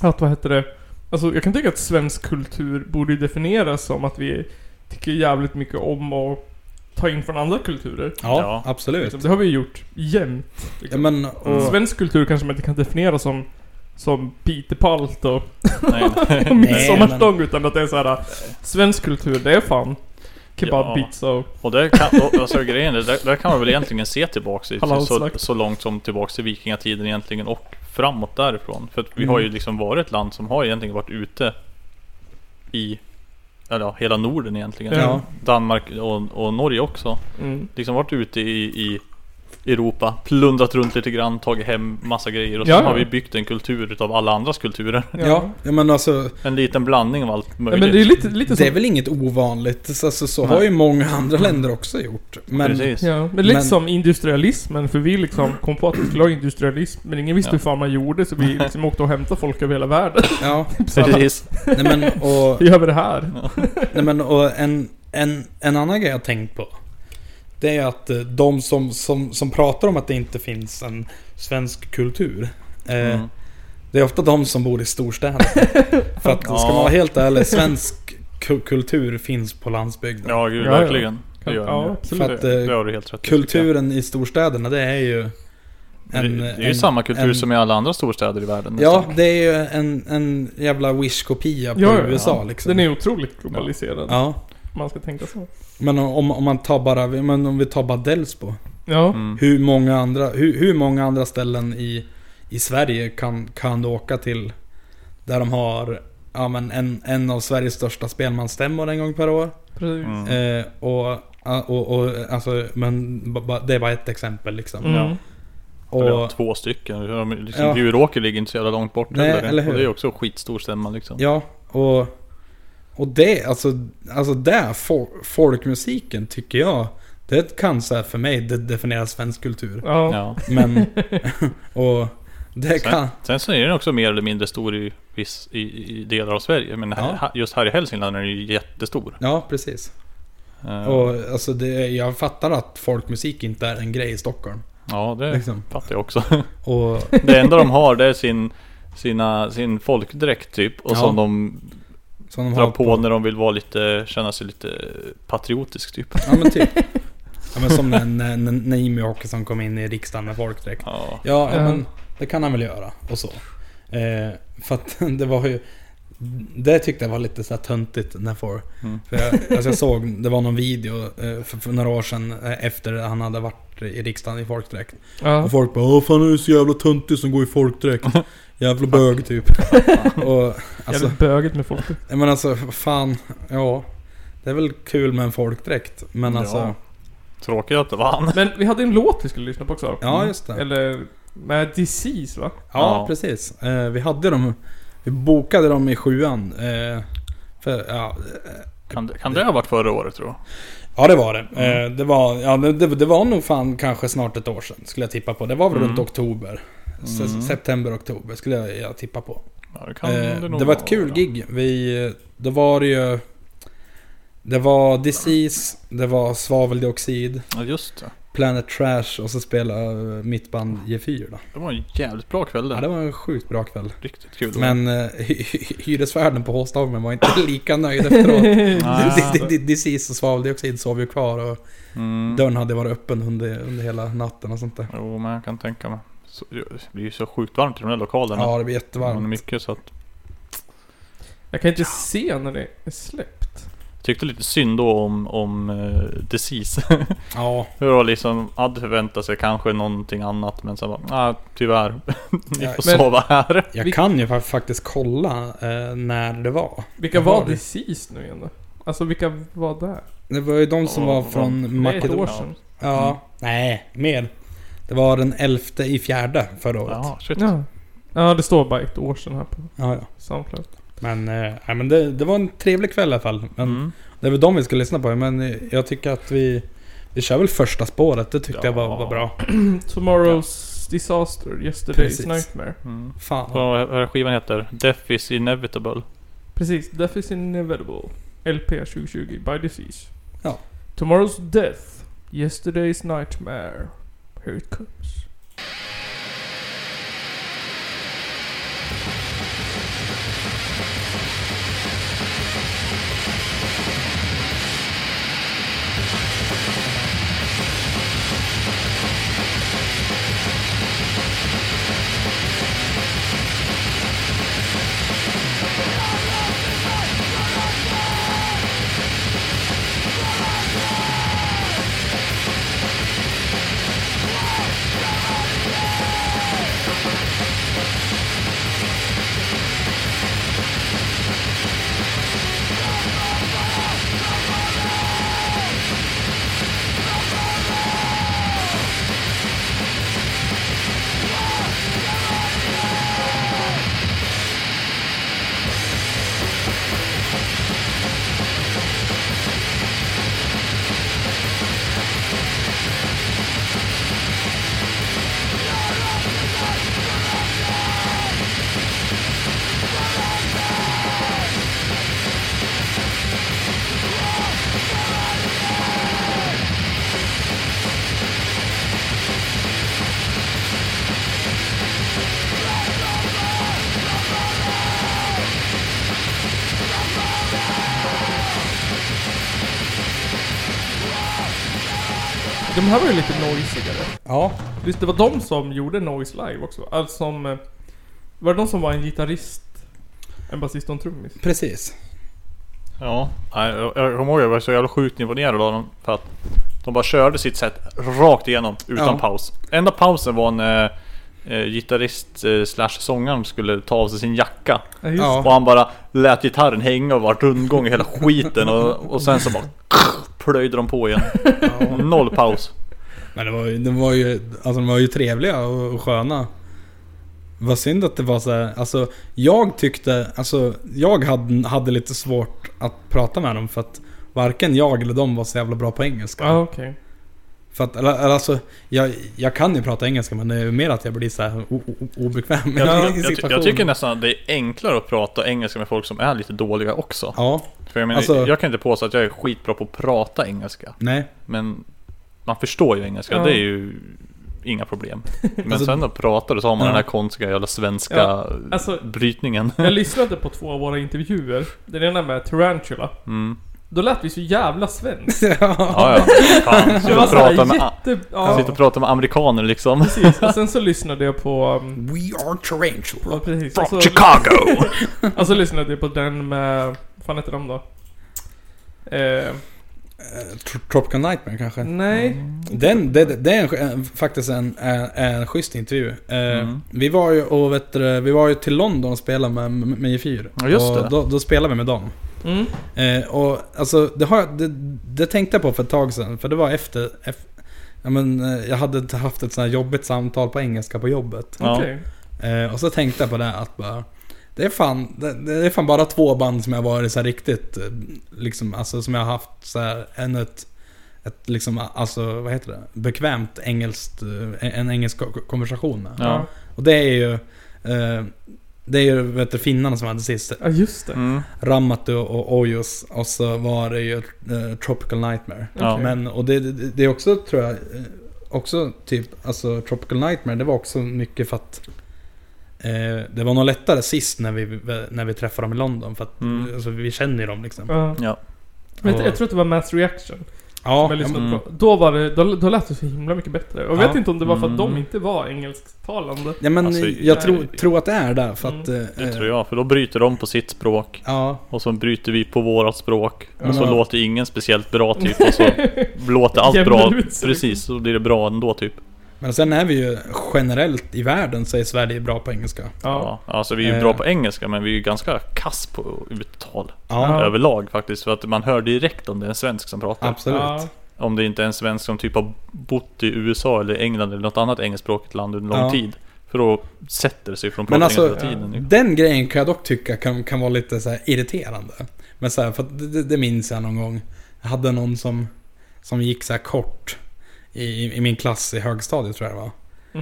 S2: att vad heter det? Alltså jag kan tycka att svensk kultur borde ju definieras som att vi tycker jävligt mycket om att ta in från andra kulturer.
S1: ja,
S3: Ja.
S1: absolut.
S2: Liksom, Det har vi gjort jämt.
S1: Ja,
S2: Liksom.
S1: men, och,
S3: Mm.
S2: Svensk kultur kanske man inte kan definiera som som pitepalt och
S3: Nej,
S2: och midsommarstång
S1: Nej,
S2: utan att det är såhär Svensk kultur, det är fan Kebabpizza och...
S3: Och där kan, och, alltså, grejen är, där, där kan man väl egentligen se tillbaks i,
S2: Halal
S3: så,
S2: slakt.
S3: så långt som tillbaks till vikingatiden egentligen och framåt därifrån. För att vi
S2: Mm.
S3: har ju liksom varit ett land som har egentligen varit ute i eller ja, hela Norden egentligen.
S1: Ja.
S3: Danmark och, och Norge också.
S2: Mm.
S3: Liksom varit ute i, i Europa, plundrat runt lite grann, tagit hem massa grejer och
S2: Ja,
S3: sen
S2: ja.
S3: har vi byggt en kultur utav alla andras kulturer.
S1: ja, ja, men alltså
S3: En liten blandning av allt
S2: Ja,
S3: möjligt.
S2: men det är lite, lite
S1: det
S2: som...
S1: är väl inget ovanligt. Så- Alltså, så
S3: Nej.
S1: har ju många andra länder också gjort. Men,
S3: Precis.
S2: Ja, men lite
S1: Men-
S2: som industrialismen, för vi liksom kom på att vi skulle ha industrialism, men ingen visste
S3: Ja.
S2: hur fan man gjorde, så vi liksom åkte och hämtade folk över hela världen.
S1: ja,
S2: Så alla,
S3: Precis.
S1: nej men och...
S2: Vi gör väl det här.
S1: Nej men och en, en, en annan grej jag tänkt på. Det är ju att eh, de som, som, som pratar om att det inte finns en svensk kultur. Eh,
S3: Mm.
S1: Det är ofta de som bor i storstäderna. För att
S3: Ja.
S1: ska man vara helt ärlig, svensk ku- kultur finns på landsbygden.
S3: Ja, gud,
S2: Ja, ja.
S3: verkligen. Det gör den
S2: ja,
S3: ju.
S2: absolut.
S1: För att, eh,
S3: det, det har du helt rätt i, tycker jag.
S1: Kulturen i storstäderna det är ju...
S3: det, det är ju samma kultur
S1: en-
S3: som i alla andra storstäder i världen
S1: Ja,
S3: nästan.
S1: det är ju en, en jävla wish-kopia på
S2: Ja, ja,
S1: USA
S3: ja.
S1: liksom.
S2: Den är otroligt globaliserad.
S1: Ja.
S2: Man ska tänka så.
S1: Men om, om man tar bara, men om vi tar bara Delsbo.
S2: Ja.
S3: Mm.
S1: Hur många andra, hur, hur många andra ställen i, i Sverige kan, kan du åka till där de har ja, men en, en av Sveriges största spelmansstämmor en gång per år?
S2: Precis.
S3: Mm.
S1: Eh, och, och, och, alltså, men ba- ba- det är bara ett exempel liksom.
S2: Mm.
S3: Ja. Eller
S1: Och,
S3: två stycken. Hur de- Liksom,
S1: Ja.
S3: Bjuråker ligger inte så jävla långt bort
S1: Nej, eller hur?
S3: Och det är ju också skitstor stämma liksom.
S1: ja, och, och det, alltså, alltså där fo- folkmusiken tycker jag, det kan så här för mig det definiera svensk kultur.
S2: Ja.
S3: Ja.
S1: Men, och det kan...
S3: Sen så är den också mer eller mindre stor i, viss, i, i delar av Sverige. Men här,
S1: Ja.
S3: ha- just här i Hälsingland är den ju jättestor.
S1: Ja, precis.
S3: Eh,
S1: Och alltså det, jag fattar att folkmusik inte är en grej i Stockholm.
S3: Ja, det
S1: Liksom.
S3: fattar jag också.
S1: Och
S3: Det enda de har det är sin, sina, sin folkdräkt typ. Och
S1: Ja.
S3: som de
S1: som de
S3: drar
S1: har
S3: på, när de vill vara lite, känna sig lite patriotisk typ.
S1: Ja men typ. Ja, men som när, när, när- när Jimmy Åkesson kom in i riksdagen med folkdräkt.
S3: Ja.
S1: Ja, ja
S2: Ja.
S1: men det kan han väl göra och så. Eh, för att det var ju... Det tyckte jag var lite så här töntigt när folk...
S3: Mm.
S1: För jag, alltså jag såg, det var någon video eh, för, för några år sedan eh, efter han hade varit i riksdagen i folkdräkt.
S2: Ja.
S1: Och folk bara Åh fan är du så jävla töntig som går i folkdräkt. Jävla bög typ. och alltså...
S2: Jävligt böget med folk.
S1: Ja, Men alltså fan, ja. Det är väl kul med en folkdräkt. Men
S3: Ja.
S1: alltså...
S3: Tråkigt att det var han.
S2: Men vi hade en låt vi skulle lyssna på också.
S1: Ja, just det.
S2: Eller... Med Disease va?
S1: Ja,
S3: Mm. Ja.
S1: precis. Eh, vi hade dem... Vi bokade dem i sjuan. Eh, för, ja, eh,
S3: Kan, kan det ha varit förra året tror jag?
S1: ja, det var det.
S3: Mm.
S1: Eh, det, var, ja, det, det- det var nog fan kanske snart ett år sedan, skulle jag tippa på. Det var väl
S3: Mm.
S1: runt oktober. Se-
S3: Mm.
S1: September, oktober skulle jag, jag tippa på.
S3: Ja, det, kan
S1: Eh,
S3: nog
S1: det var ett kul
S3: vara.
S1: gig. Vi, eh, då var det ju... Det var Disease, det var Svaveldioxid,
S3: Ja, just det.
S1: Planet Trash och så spelade eh, mitt band G4 då.
S3: Det var en jävligt bra kväll det.
S1: Ja, det var en sjukt bra kväll.
S3: Riktigt kul.
S1: Men eh, hy- hy- hyresvärden på Håstaholmen var inte lika nöjd efteråt.
S3: Ah.
S1: Det- det- det- Disease och svaveldioxid sov ju kvar och
S3: Mm.
S1: dörren hade varit öppen under, under hela natten och sånt där.
S3: Jo, men jag kan tänka mig. Så, det blir ju så sjukt varmt i de där lokalerna.
S1: Ja, det blir
S3: Det var
S1: jättevarmt.
S3: mycket så att...
S2: Jag kan inte se när det är släppt.
S3: Jag tyckte lite synd då om, om eh, Disease.
S1: Ja,
S3: Hur jag liksom hade förväntat sig kanske någonting annat men sen bara, nej tyvärr. Ni
S1: Ja,
S3: får
S2: men-
S3: sova här.
S1: jag
S2: Vi-
S1: kan ju fa- faktiskt kolla eh, när det var.
S2: Vilka
S1: Jag
S2: var
S1: har det.
S2: Disease nu igen då? Alltså vilka var där?
S1: Det var ju de som
S3: Ja,
S1: var
S3: vad-
S1: från
S2: Det är ett år
S1: Makedonien.
S2: sedan.
S1: Ja,
S3: Mm.
S1: nej, mer. Det var den 11 i fjärde förra året. Ja,
S3: Ja, shit.
S2: Ja. ja, det står bara ett år sedan här på
S1: ja.
S2: Soundcloud.
S1: Men, eh, nej, men det, det var en trevlig kväll i alla fall. Men
S3: Mm.
S1: Det är väl de vi ska lyssna på, men eh, jag tycker att vi... Vi kör väl första spåret, det tyckte
S3: Ja.
S1: jag var, var bra.
S2: Tomorrow's Disaster, Yesterday's
S1: Precis.
S2: Nightmare.
S3: Mm.
S1: Fan.
S3: Så, vad är skivan heter? Death is inevitable.
S2: Precis, Death is Inevitable. LP 2020 by Disease.
S1: Ja.
S2: Tomorrow's Death, Yesterday's Nightmare. Here it comes. De här var ju lite noisigare.
S1: Ja,
S2: Visst, det var de som gjorde Noise Live också? Alltså som... eh, Var det de som var en gitarrist? En basist och en trummis?
S1: precis.
S3: Ja. Nej, jag, jag kommer ihåg jag var så jävla sjukt imponerad av dem. För att de bara körde sitt sätt rakt igenom utan
S1: Ja.
S3: paus. Enda pausen var när eh, gitarrist eh, slash sångaren skulle ta av sig sin jacka.
S2: Ja, just
S1: Ja.
S3: Och han bara lät gitarren hänga och var rundgång i hela skiten. Och, och sen så bara plöjde de på igen. Noll paus.
S1: Men det var ju, det var ju, alltså, de var ju trevliga och, och sköna. Vad synd att det var så här. Alltså, jag tyckte, alltså, jag hade, hade lite svårt att prata med dem för att varken jag eller de var så jävla bra på engelska.
S2: Ja, okej.
S1: För att, eller, eller alltså, jag, jag kan ju prata engelska men det är ju mer att jag blir så här o, o, obekväm
S3: Jag,
S1: i
S3: jag, jag,
S1: situationen.
S3: jag tycker nästan att det är enklare att prata engelska med folk som är lite dåliga också.
S1: Ja,
S3: För jag, menar,
S1: Alltså-
S3: jag kan inte påstå att jag är skitbra på att prata engelska.
S1: nej.
S3: Men man förstår ju engelska.
S2: Ja. Alltså,
S3: Det är ju inga problem. Men sen när de pratar så har man
S1: Ja.
S3: den här konstiga jävla svenska
S2: Ja, alltså-
S3: brytningen.
S2: Jag lyssnade på två av våra intervjuer. Den ena med Tarantula.
S3: Mm.
S2: Då lät vi så jävla svenskt.
S1: ja.
S3: Ja, ja. Fan,
S2: Det
S3: sitter
S2: var
S3: och
S2: såhär
S3: pratar med,
S2: jätte...
S3: ja.
S2: Ja,
S3: sitter och pratar med amerikaner liksom.
S2: precis. Och sen så lyssnade jag på... um,
S1: We are
S2: Ja,
S1: tarantula.
S2: precis. Och
S6: From
S2: Alltså, så,
S6: Chicago!
S2: och så lyssnade jag på den med... Vad fan heter de då? Eh,
S1: Eh, Tro- Tropical Nightmare kanske?
S3: Mm.
S2: nej.
S1: Den, det, det är en, en, faktiskt en, en, en schysst intervju. Eh,
S3: Mm.
S1: Vi var ju och vet du, det, vi var ju till London och spelade med med J4.
S3: Ja, just det.
S1: Och då, då spelade vi med dem.
S2: Mm.
S1: Eh, och alltså, det, har, jag- det, det tänkte jag på för ett tag sedan. För det var efter... eff- ja, men, eh, jag hade inte haft ett sånt här jobbigt samtal på engelska på jobbet.
S3: Ja.
S2: Okej.
S1: Eh, och så tänkte jag på det att bara... Det är, fan, det, det är fan bara två band som jag varit så här riktigt... eh, Liksom, alltså som jag har haft så här, en ett, ett liksom, alltså vad heter det? Bekvämt engelskt, eh, en engelsk ko- konversation med.
S3: Ja.
S1: Och det är ju... Eh, det är ju vet du, finnarna som hade sist
S2: Ja, just det.
S3: Mm.
S1: Rammatu och Ojos och så var det ju eh, Tropical Nightmare.
S3: Ja.
S2: Okej.
S1: Men, och det, det, det är också tror jag, eh, också typ, alltså Tropical Nightmare det var också mycket för att eh, det var nog lättare sist när vi, när vi träffade dem i London för att
S3: Mm.
S1: alltså, vi känner ju dem liksom.
S2: Ja.
S3: Ja.
S2: Men jag, jag tror att det var Mass Reaction.
S1: Ja,
S2: som jag
S1: ja,
S2: lyssnade
S3: mm.
S2: på. liksom, Då, var det, då, då lät det så himla mycket bättre. Jag vet
S1: Ja.
S2: inte om det var för att de
S3: Mm.
S2: inte var engelsktalande.
S1: ja, men
S3: Alltså,
S1: jag
S2: eh,
S1: tror, tror att det är där
S2: Mm.
S1: för att... eh,
S3: Det tror jag, för då bryter de på sitt språk.
S1: Ja,
S3: Och så bryter vi på våra språk.
S1: Ja.
S3: Och så låter ingen speciellt bra typ. Och så låter allt
S2: Jämnar
S3: bra.
S2: ut sig.
S3: Precis, så blir det bra ändå typ.
S1: men sen är vi ju generellt i världen så är Sverige bra på engelska.
S2: Ja.
S3: Ja. Alltså vi är ju
S1: Eh.
S3: bra på engelska men vi är ju ganska kass på uttal.
S1: Ja,
S2: Ja.
S3: Överlag faktiskt. För att man hör direkt om det är en svensk som pratar.
S1: absolut.
S2: Ja.
S3: Om det inte är en svensk som typ har bott i USA eller England eller något annat engelskspråkigt land under lång
S1: Ja.
S3: tid. För då sätter det sig från
S1: Men
S3: pratningen
S1: alltså-
S3: hela tiden. liksom. ju.
S1: Den grejen kan jag dock tycka kan, kan vara lite så här irriterande. Men så här, för att det, det- det minns jag någon gång. Jag hade någon som, som gick så här kort i, i min klass i högstadiet tror jag det var.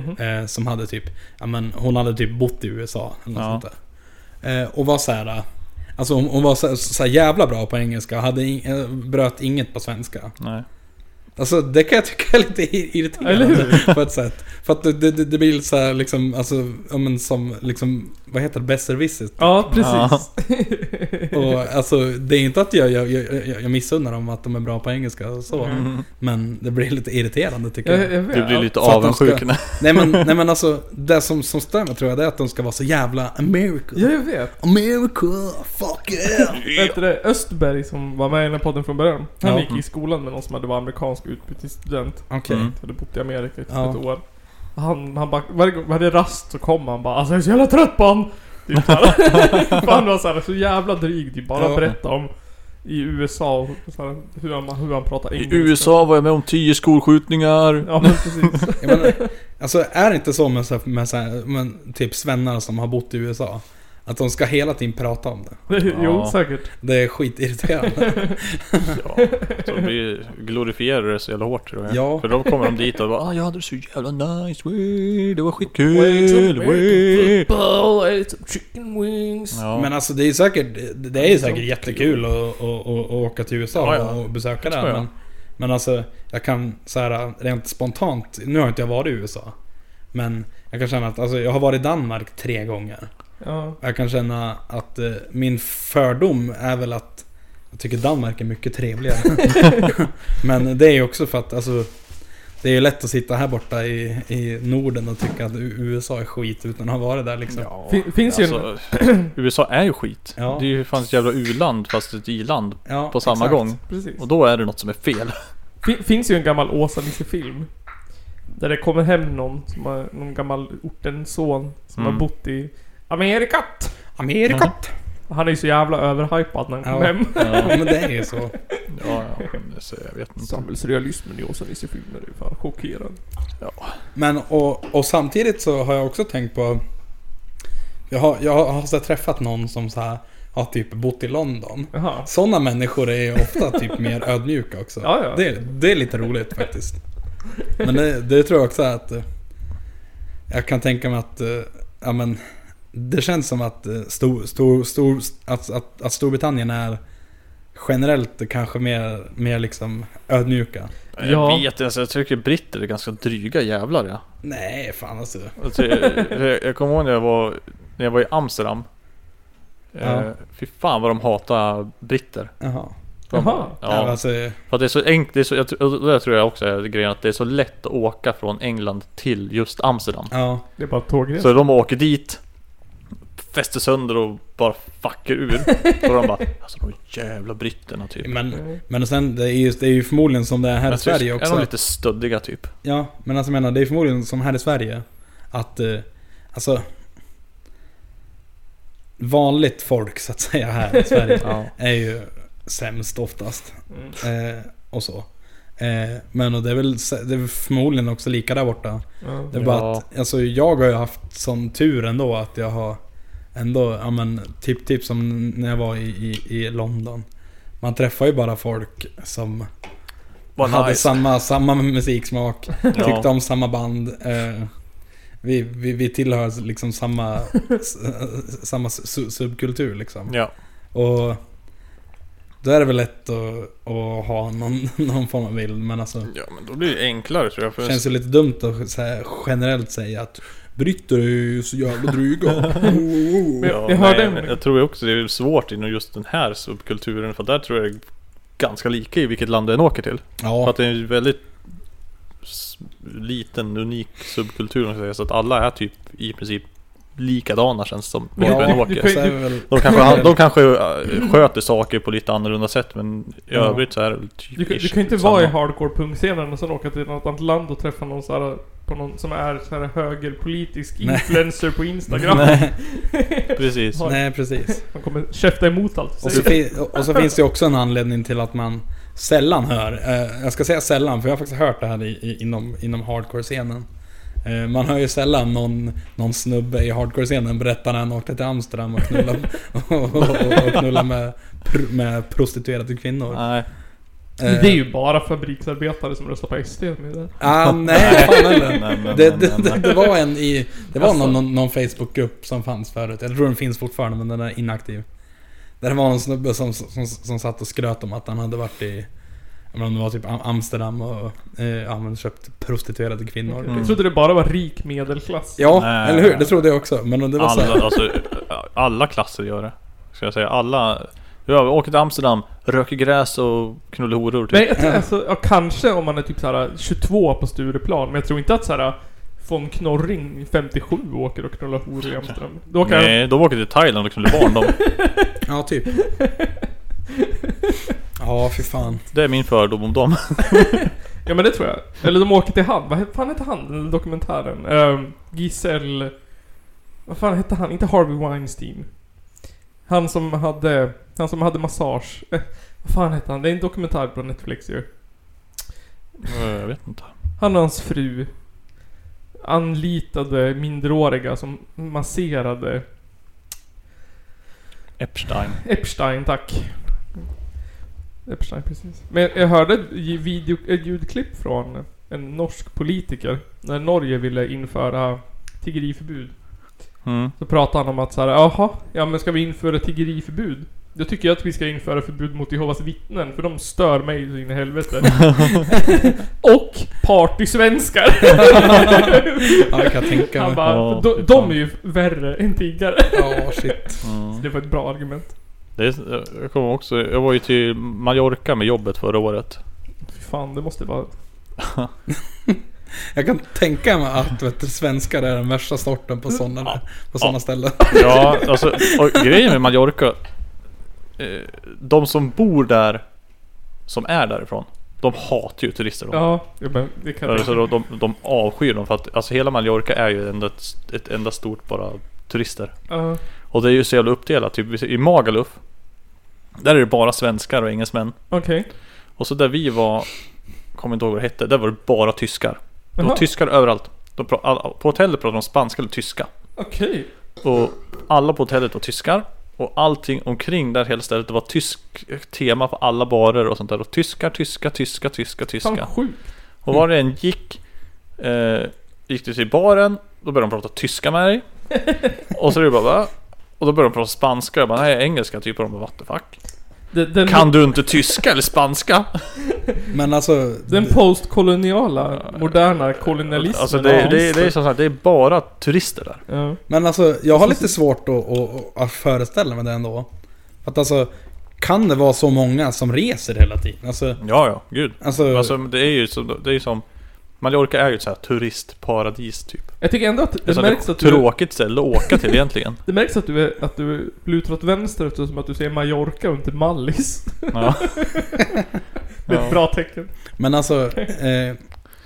S2: Mhm.
S1: Eh, som hade typ, ja men hon hade typ bott i USA eller något
S3: Ja.
S1: sånt där. Eh, och var så här, eh, alltså hon, hon var så, här- så här jävla bra på engelska och hade in, eh, bröt inget på svenska.
S3: Nej.
S1: Alltså det kan jag tycka är lite ir-
S2: Eller
S1: irriterande på ett sätt. För att det, det, det det blir så här liksom, alltså, ja men som, liksom, vad heter det, besserwisser
S2: ja, precis.
S1: Och alltså, det är inte att jag, jag, jag, jag missunnar dem att de är bra på engelska och så.
S3: Mm.
S1: Men det blir lite irriterande tycker
S2: jag,
S1: jag.
S2: jag
S3: Du
S2: vet.
S3: blir lite
S1: För att de
S3: avundsjuk.
S1: ska- nej, men, nej men alltså, det som, som stör mig tror jag det är att de ska vara så jävla America.
S2: Ja, jag vet.
S1: America, fuck yeah!
S2: Vet du det? Östberg som var med i den här podden från början. Han
S1: Ja.
S2: gick i skolan med någon som hade varit amerikansk utbytesstudent.
S1: Okej.
S3: Mm.
S2: Hade bott i Amerika i typ
S1: Ja.
S2: ett år. Han, han bara, varje gång vi hade rast så kom han bara Alltså jag är så jävla trött på han! Typ såhär. För han var såhär så jävla dryg typ. Bara
S1: Ja.
S2: berätta om i USA och såhär, hur, han, hur han pratar
S3: I
S2: engelska.
S3: USA var jag med om 10 skolskjutningar.
S2: Ja men precis.
S1: Jag menar, alltså är det inte så med, så här- med, så här, men typ svennar som har bott i USA? Att de ska hela tiden prata om det.
S2: jo säkert.
S1: Det är skitirriterande.
S3: Ja, så vi glorifierar det så jävla hårt tror jag.
S1: Ja.
S3: För då kommer de dit och bara ah, jag hade det så jävla nice, wey, det var
S2: Wings of
S3: skitkul,
S2: American
S3: wey.
S2: football, I ate some chicken wings.
S3: Ja.
S1: Men alltså det är ju säkert, det är ju säkert jättekul att, att, att, att åka till USA
S3: Ja, ja.
S1: och besöka
S3: Det
S1: det.
S3: tror jag.
S1: Men, men alltså jag kan så här rent spontant, nu har inte jag varit i USA. Men jag kan känna att, alltså jag har varit i Danmark tre gånger.
S2: Ja.
S1: Och Jag kan känna att eh, min fördom är väl att jag tycker Danmark är mycket trevligare. men det är ju också för att alltså det är ju lätt att sitta här borta i, i Norden och tycka att U- USA är skit utan att ha varit där liksom. Ja,
S2: Fin, finns ju en...
S3: Alltså, USA är ju skit.
S1: Ja.
S3: Det är ju fan ett jävla u-land fast ett i-land på samma
S1: exakt.
S3: gång.
S2: Precis.
S3: Och då är det något som är fel.
S2: Fin, finns ju en gammal Åsa-Nisse-film. Där det kommer hem någon som har, någon gammal ortens son som
S3: Mm.
S2: har bott i Amerikat.
S1: Amerika!
S2: Han är ju så jävla överhypad när han kommer
S1: Ja.
S2: hem.
S1: Ja, men det är ju så.
S3: Ja, ja. Så jag vet inte.
S2: Samhällsrealismen i Åsa-Nisse-filmer är ju fan chockerande.
S1: Men och, och samtidigt så har jag också tänkt på... Jag har, jag har så här träffat någon som så här, har typ bott i London.
S2: Jaha.
S1: Sådana människor är ju ofta typ mer ödmjuka också.
S2: Ja, ja.
S1: Det, det är lite roligt faktiskt. Men det, det tror jag också att... eh, Jag kan tänka mig att... eh, Ja, men, det känns som att, eh, stor, stor, stor, att, att, att Storbritannien är generellt kanske mer, mer liksom ödmjuka.
S2: Ja.
S3: Jag vet inte, alltså, jag tycker britter är ganska dryga jävlar ja.
S1: Nej, fan alltså.
S3: Alltså, jag, jag, jag kommer ihåg när jag var, när jag var i Amsterdam. Eh,
S1: Ja.
S3: fy fan vad de hatar britter.
S1: Jaha.
S3: De,
S2: Jaha.
S1: Ja.
S3: Ja,
S1: Alltså,
S3: för att det är så enkelt, det är så, jag, tror- och det tror jag också är grejen att det är så lätt att åka från England till just Amsterdam.
S1: ja.
S2: Det är bara tågresa.
S3: Så de åker dit, fäster sönder och bara fuckar ur. Och de bara, alltså de jävla britterna typ.
S1: Men,
S2: Mm.
S1: men sen, det är, ju, det är ju förmodligen som det är här i
S3: Men så
S1: Sverige
S3: Är de
S1: också.
S3: lite stöddiga typ?
S1: Ja, men alltså jag menar, det är förmodligen som här i Sverige. Att, eh, alltså... Vanligt folk så att säga här i Sverige
S3: Ja.
S1: är ju sämst oftast.
S2: Mm.
S1: Eh, och så. Eh, men och det, är väl, det är väl förmodligen också lika där borta.
S2: Ja.
S1: Det är bara
S3: Ja.
S1: att, alltså jag har ju haft som tur ändå att jag har ändå, ja men typ, typ som när jag var i, i, i London. Man träffar ju bara folk som
S3: Vad
S1: hade
S3: nice.
S1: samma, samma musiksmak,
S3: Ja.
S1: tyckte om samma band. Eh, vi, vi, vi tillhör liksom samma, s- s- samma su, subkultur liksom.
S3: Ja.
S1: Och då är det väl lätt att, att ha någon, någon form av bild, men alltså
S3: ja, men då blir det enklare tror jag. För
S1: Känns ju lite dumt att så här generellt säga att Britter är ju så jävla dryga. Oh.
S2: Men jag,
S3: Ja,
S2: jag hörde
S3: nej,
S2: en...
S3: men jag tror också det är svårt inom just den här subkulturen för där tror jag det är ganska lika i vilket land du än åker till. För
S1: ja,
S3: att det är en väldigt s- liten, unik subkultur om jag säger, så att alla är typ i princip likadana känns det som var
S2: Ja,
S3: du än
S2: du
S3: åker.
S2: kan-
S1: så är det väl...
S3: De
S2: Mm.
S3: kanske, de kanske äh, sköter saker på lite annorlunda sätt men i
S1: Ja.
S3: övrigt så är det väl typ
S2: Du, kan- du
S3: ish
S2: kan ju inte
S3: samma.
S2: vara i hardcore punkscenen och sen åka till något annat land och träffa någon så här, på någon som är så här högerpolitisk
S1: Nej.
S2: influencer på Instagram.
S1: Nej,
S3: Precis.
S1: nej, precis.
S2: Han kommer käfta emot allt du
S1: Och så,
S2: säger.
S1: fi- och så finns det ju också en anledning till att man sällan hör, eh, jag ska säga sällan för jag har faktiskt hört det här i, i, inom, inom hardcore-scenen. Eh, man hör ju sällan någon, någon snubbe i hardcore-scenen berätta när han åkte till Amsterdam och knullade, och, och, och knullade med, pr- med prostituerade kvinnor.
S3: Nej.
S1: Eh,
S2: Det är ju bara fabriksarbetare som röstar på SD med det.
S1: Ah, nej, fan heller.
S3: Nej, nej,
S1: Det,
S3: nej,
S1: det,
S3: nej,
S1: det,
S3: nej.
S1: det var en i... Det var
S2: Alltså.
S1: någon, någon, någon Facebookgrupp som fanns förut. Jag tror den finns fortfarande men den är inaktiv. Där det var någon snubbe som, som, som satt och skröt om att han hade varit i... Jag menar om det var typ Am- Amsterdam och eh, ja, men köpt prostituerade kvinnor.
S3: Mm.
S2: Jag trodde det bara var rik medelklass.
S1: Ja,
S3: Nej.
S1: eller hur? Det trodde jag också. Men det var så
S3: Alla,
S1: här,
S3: alltså, alla klasser gör det. Ska jag säga. Alla... Ja, åker till Amsterdam, röker gräs och knullar horor typ.
S2: Nej, jag tror- alltså, ja, kanske om man är typ så här 22 på Stureplan, men jag tror inte att så här äh, von Knorring, 57, åker och knullar horor i Amsterdam. Då åker han...
S3: Nej, de åker till Thailand och knullar barn de.
S1: Ja, typ. Ja, fy fan.
S3: Det är min fördom om dem.
S2: Ja men det tror jag. Eller de åker till han. Vad he- fan hette han? Den dokumentären. Um, Gisel... Vad fan hette han? Inte Harvey Weinstein. Han som hade... Han som hade massage. Eh, vad fan hette han? Det är en dokumentär på Netflix ju.
S3: Eh, Jag vet inte.
S2: Han och hans fru anlitade minderåriga som masserade
S3: Epstein.
S2: Epstein, tack. Epstein, precis. Men jag hörde ett ju- video, ett ljudklipp från en norsk politiker. När Norge ville införa tiggeriförbud.
S3: Mm.
S2: Så pratade han om att så här, jaha, ja men ska vi införa tiggeriförbud? Då tycker jag att vi ska införa förbud mot Jehovas vittnen, för de stör mig så in i helvete. Och partysvenskar!
S1: Ja, jag kan tänka
S2: Han
S1: mig.
S2: bara,
S3: Ja,
S2: de,
S3: fy
S2: de
S3: fan."
S2: är ju värre än tiggare.
S1: Ja, shit.
S3: Mm.
S2: Det var ett bra argument.
S3: Det är, jag kommer också... Jag var ju till Mallorca med jobbet förra året.
S2: Fy fan, det måste vara...
S1: Jag kan tänka mig att vet, du, svenskar är den värsta sorten på sådana, på sådana
S3: Ja.
S1: ställen.
S3: Ja, alltså... Och grejen med Mallorca... eh, De som bor där, som är därifrån, de hatar ju turister. De.
S2: Ja, ja, men det kan jag
S3: Alltså,
S2: tänka.
S3: de, de, de avskyr dem för att alltså, hela Mallorca är ju enda, ett enda stort bara turister.
S2: Ja.
S3: Och det är ju så jävla uppdelat. Typ vi ser- i Magaluf. Där är det bara svenskar och engelsmän.
S2: Okej.
S3: Och så där vi var, kommer inte ihåg vad det hette, där var det bara tyskar. Det var
S2: Jaha,
S3: tyskar överallt. De pra- alla- på hotellet pratade de spanska eller tyska.
S2: Okej.
S3: Och alla på hotellet var tyskar. Och allting omkring där hela stället, det var tysk tema på alla barer och sånt där. Och tyskar, tyska, tyska, tyska, tyska.
S2: Fan sjukt.
S3: Och var det än gick eh, Gick du till baren Då började de prata tyska med dig Och så är det bara va? Och då började de prata spanska Jag bara nej engelska typ Och de bara what the fuck
S2: Den, den,
S3: Kan du inte tyska eller spanska?
S1: Men alltså...
S2: den postkoloniala, moderna kolonialismen.
S3: Alltså det,
S2: ja,
S3: det, det, är som sagt, det är bara turister där.
S2: ja.
S1: Men alltså, jag har lite svårt att, att, att föreställa mig det ändå. Att alltså, kan det vara så många som reser hela tiden? Alltså,
S3: Ja, ja, gud.
S1: alltså,
S3: Alltså det är ju som, det är ju som Mallorca är ju ett så här turistparadis typ.
S2: Jag tycker ändå att
S3: Det är
S2: det
S3: så
S2: märks att
S3: ett
S2: du,
S3: tråkigt ställe att åka till egentligen.
S2: det märks att du, är, att du lutar åt vänster eftersom att du säger Mallorca och inte Mallis.
S3: Ja.
S2: Det är ett
S3: Ja.
S2: bra tecken.
S1: men alltså... Eh,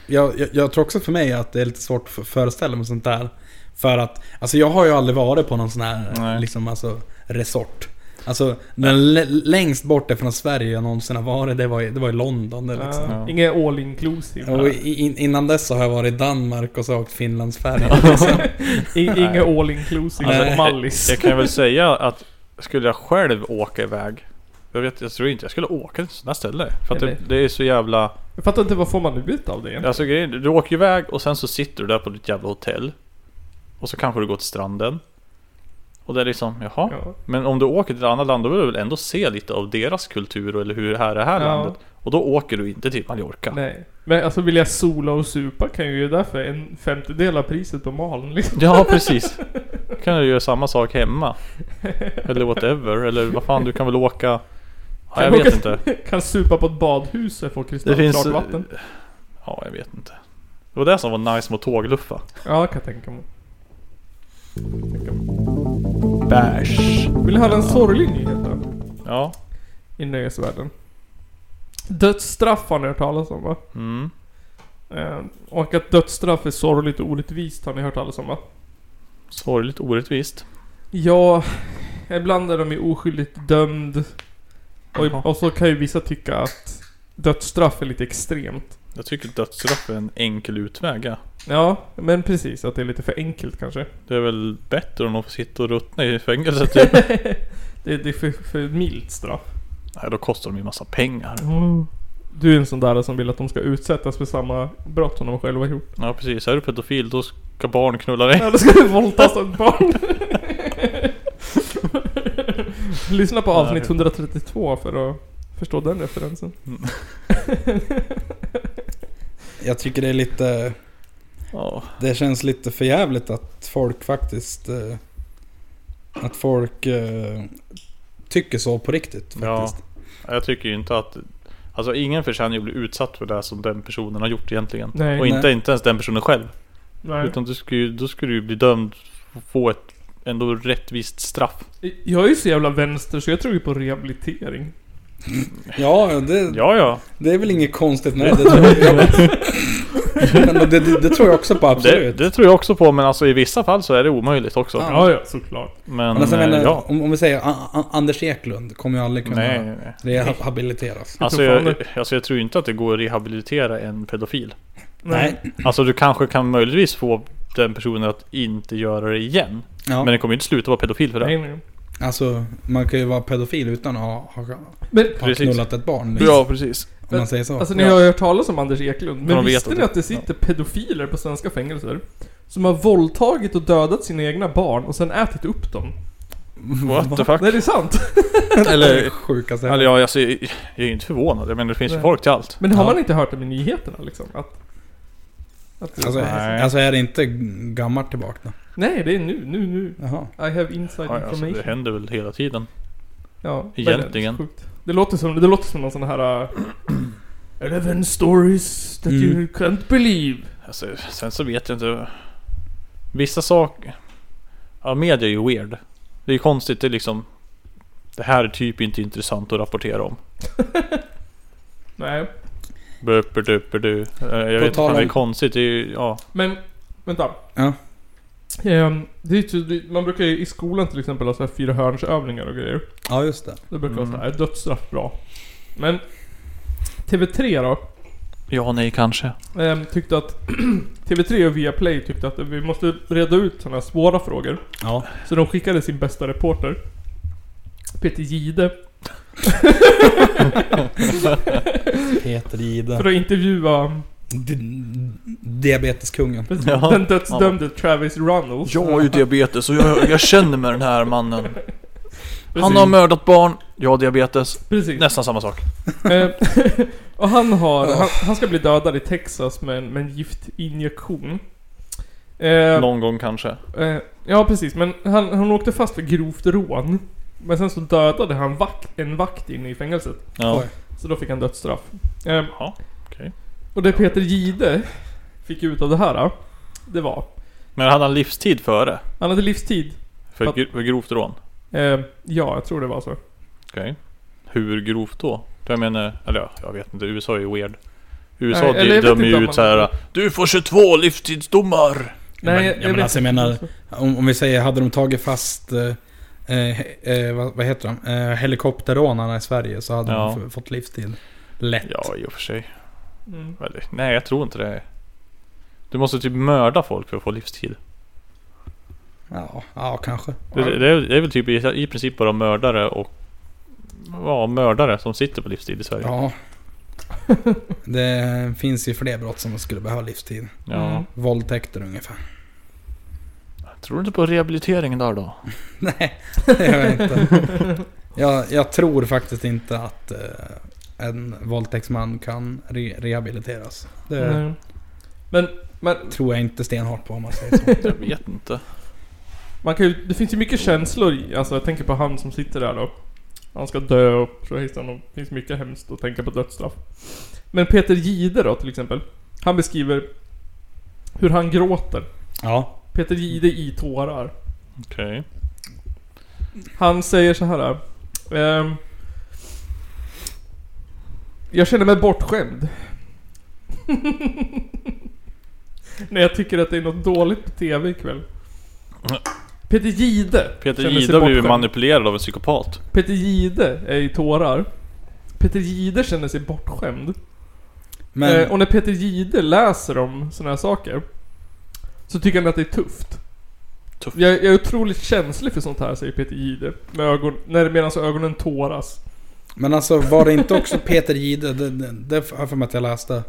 S1: jag, jag, jag tror också för mig att det är lite svårt att f- föreställa mig sånt där. För att, alltså jag har ju aldrig varit på någon sån här
S3: Nej.
S1: liksom, alltså, resort. Alltså den l- längst bort ifrån Sverige jag någonsin har varit, det var i, det var i London. Det, liksom.
S2: Ja.
S3: Ja.
S2: Inget all inclusive.
S1: Och i- in, innan dess så har jag varit i Danmark och så har jag åkt Finlandsfärjan.
S2: I- Inget all inclusive
S1: Alltså,
S2: på Mallis.
S3: Jag kan väl säga att skulle jag själv åka iväg jag, vet, jag tror inte jag skulle åka till ett sånt här ställe. För att det,
S2: Eller-
S3: det är så jävla...
S2: Jag fattar inte vad får man ut av det egentligen?
S3: Alltså grejen, du åker iväg och sen så sitter du där på ditt jävla hotell. Och så kanske du går till stranden. Och det är liksom, jaha.
S2: Ja.
S3: Men om du åker till ett annat land då vill du väl ändå se lite av deras kultur och- eller hur det här är det här
S2: Ja.
S3: landet. Och då åker du inte till Mallorca.
S2: Nej. Men alltså vill jag sola och supa kan jag ju göra därför en femtedel av priset på malen liksom.
S3: Ja precis. Då kan du göra samma sak hemma. Eller whatever. Eller vad fan du kan väl åka... Ja, jag
S2: Kan
S3: vet
S2: åka-
S3: inte.
S2: Kan supa på ett badhus och få
S3: Det finns... eh,
S2: kristallklart vatten.
S3: Ja jag vet inte. Det var det som var nice med att tågluffa.
S2: Ja, kan jag tänka mig.
S3: Bärs.
S2: Vill ni höra en sorglig nyhet då?
S3: Ja.
S2: I nöjesvärlden. Dödsstraff har ni hört talas om va?
S3: Mm.
S2: Eh, och att dödsstraff är sorgligt och orättvist har ni hört talas om va?
S3: Sorgligt orättvist.
S2: Ja, ibland är de ju oskyldigt dömd.
S3: Jaha.
S2: Och, och så kan ju vissa tycka att dödsstraff är lite extremt.
S3: Jag tycker dödsstraff är en enkel utväg. Ja.
S2: Ja, men precis. Att det är lite för enkelt kanske.
S3: Det är väl bättre än att få sitta och ruttna i fängelset typ.
S2: det, det är för, för milt straff.
S3: Nej, då kostar de ju massa pengar.
S2: Du är en sån där som vill att de ska utsättas för samma brott som de själva gjort.
S3: Ja precis, är du pedofil då ska barn knulla dig.
S2: Eller ska du våldtas av ett barn? Lyssna på avsnitt 132 för att förstå den referensen.
S1: Jag tycker det är lite...
S3: Ja.
S1: Det känns lite för jävligt att folk faktiskt... eh, Att folk eh, tycker så på riktigt
S3: Ja.
S1: faktiskt.
S3: Jag tycker ju inte att... Alltså ingen förtjänar ju att bli utsatt för det som den personen har gjort egentligen.
S2: Nej.
S3: och inte,
S1: Nej.
S3: inte ens den personen själv.
S2: Nej.
S3: Utan du skulle, ju- då skulle du ju bli dömd och få ett ändå rättvist straff.
S2: Jag är ju så jävla vänster så jag tror ju på rehabilitering.
S1: Ja, det,
S3: Ja ja.
S1: det är väl inget konstigt med det. Tror jag. Men det, det, det tror jag också på,
S3: Det,
S1: absolut.
S3: det tror jag också på men alltså i vissa fall så är det omöjligt också.
S1: Ja.
S2: Ja, ja, såklart.
S3: Men,
S1: Men alltså, jag
S3: eh,
S1: menar,
S3: ja.
S1: om, om vi säger A- A- Anders Eklund kommer ju aldrig kunna
S3: Nej, nej, nej.
S1: rehabiliteras.
S3: Alltså
S2: tror fan
S3: jag, alltså jag tror ju inte att det går att rehabilitera en pedofil.
S1: Nej.
S3: Alltså du kanske kan möjligtvis få den personen att inte göra det igen.
S1: Ja,
S3: Men den kommer ju inte sluta vara pedofil för det.
S2: Nej, nej.
S1: alltså man kan ju vara pedofil utan att ha, ha,
S2: Men,
S1: ha
S3: Precis.
S1: knullat ett barn. liksom,
S3: precis.
S1: Om man säger så.
S2: alltså ni har ju hört talas om Anders Eklund, men
S3: de vet
S2: visste
S3: att
S2: ni
S3: det-
S2: att det sitter pedofiler på svenska fängelser? Som har våldtagit och dödat sina egna barn och sen ätit upp dem.
S3: What the fuck?
S2: Nej, det är sant.
S1: Det är det
S3: Eller,
S1: sjukaste.
S3: eller ja, alltså, jag är ju inte förvånad. Jag menar det finns ju
S2: Nej.
S3: folk till allt.
S2: Men har
S1: Ja.
S2: man inte hört det i nyheterna liksom? Att, att
S1: Alltså,
S3: Nej.
S1: alltså är det inte gammalt tillbaka då?
S2: Nej, det är nu, nu, nu.
S1: Jaha.
S2: I have inside
S3: Ja, alltså,
S2: information.
S3: det händer väl hela tiden.
S2: ja,
S3: egentligen.
S2: men Det, är sjukt. det, låter som, det låter som någon sån här... Uh, Eleven stories that
S1: Mm.
S2: you can't believe.
S3: Alltså, sen så vet jag inte. Vissa saker... Ja, media är ju weird. Det är ju konstigt. Det är liksom... Det här är typ inte intressant att rapportera om.
S2: Nej.
S3: Böper-döper-du. Eh, Jag
S1: På
S3: vet inte,
S1: tal
S3: fan, det är
S1: om-
S3: konstigt. Det är ju, ja.
S2: Men, vänta.
S1: Ja.
S2: Ehm, det är ju, så- det- man brukar ju i skolan till exempel ha så här fyra hörnsövningar och grejer.
S1: Ja, just det.
S2: Det brukar vara
S3: Mm.
S2: så här, dödsstraff bra. Men TV3 då,
S3: Ja, nej, kanske.
S2: ehm, tyckte att TV3 och Viaplay tyckte att vi måste reda ut sådana här svåra frågor.
S1: Ja.
S2: Så de skickade sin bästa reporter. Peter Gide
S1: Peter
S2: för
S1: Jihde.
S2: att intervjua
S1: D- Diabeteskungen.
S3: Ja.
S2: den dödsdömde Travis Runnels.
S3: Jag har ju diabetes och jag, jag känner med den här mannen. Han har mördat barn, jag har diabetes.
S2: Precis.
S3: Nästan samma sak.
S2: Eh, och han har, han, han ska bli dödad i Texas med, en- med en giftinjektion. Eh,
S3: Någon gång kanske.
S2: eh, ja precis, men han, han åkte fast för grovt rån. Men sen så dödade han vakt, en vakt inne i fängelset.
S3: Ja.
S1: Oj.
S2: Så då fick han dödsstraff. Eh,
S3: Ja, okej.
S2: Och det Peter Gide fick ut av det här, eh, det var...
S3: Men hade han livstid före?
S2: Han hade livstid.
S3: För,
S2: Att-
S3: gro- för grovt rån?
S2: Eh, ja, jag tror det var så.
S3: Okej. Hur grovt då? Jag menar, eller ja, jag vet inte. USA är ju weird. USA
S2: Nej,
S3: Nej,
S2: eller jag vet
S3: dömer
S2: inte
S3: ju
S2: om
S3: ut
S2: man-
S3: så här. Du får 22 livstidsdomar!
S1: men- ja,
S2: jag
S1: men
S2: vet-
S1: alltså, jag menar- Om, om vi säger, hade de tagit fast... Eh, eh, eh, vad, vad heter de? Eh, helikopterrånarna i Sverige så hade
S3: Ja.
S1: de f- fått livstid. Lätt.
S3: Ja, i och för sig.
S2: Mm.
S3: Eller, nej, jag tror inte det. Du måste typ mörda folk för att få livstid.
S1: Ja, ja kanske.
S3: Det,
S2: Ja.
S3: det, är, det är väl typ i, i princip bara mördare och... Ja, mördare som sitter på livstid i Sverige.
S1: Ja. Det finns ju fler brott som skulle behöva livstid.
S3: Ja.
S2: Mm.
S1: Våldtäkter ungefär.
S3: Tror du inte på rehabiliteringen där då?
S1: Nej, det gör jag inte. Jag, jag tror faktiskt inte att eh, en våldtäktsman kan re rehabiliteras. Det
S2: Nej. Men, men
S1: tror jag inte stenhårt på om man säger så.
S3: Jag vet inte.
S2: Man kan ju, det finns ju mycket känslor i, alltså jag tänker på han som sitter där då. Han ska dö och så hejsan och det finns mycket hemskt att tänka på dödsstraff. Men Peter Gide då till exempel. Han beskriver hur han gråter.
S1: Ja.
S2: Peter Gide i tårar.
S3: Okej.
S2: Han säger så här. Ehm, jag känner mig bortskämd. När jag tycker att det är något dåligt på TV ikväll. Peter Gide
S3: Peter
S2: känner sig
S3: Jihde har blivit
S2: bortskämd.
S3: manipulerad av en psykopat.
S2: Peter Gide är i tårar. Peter Gide känner sig bortskämd.
S1: Men,
S2: Eh, och när Peter Gide läser om sådana här saker så tycker han att det är tufft.
S3: Tufft.
S2: Jag, jag är otroligt känslig för sånt här, säger Peter Gide. Med ögon, när medan ögonen tåras.
S1: men alltså var det inte också Peter Jihde, det, det, det har jag för mig att jag läste.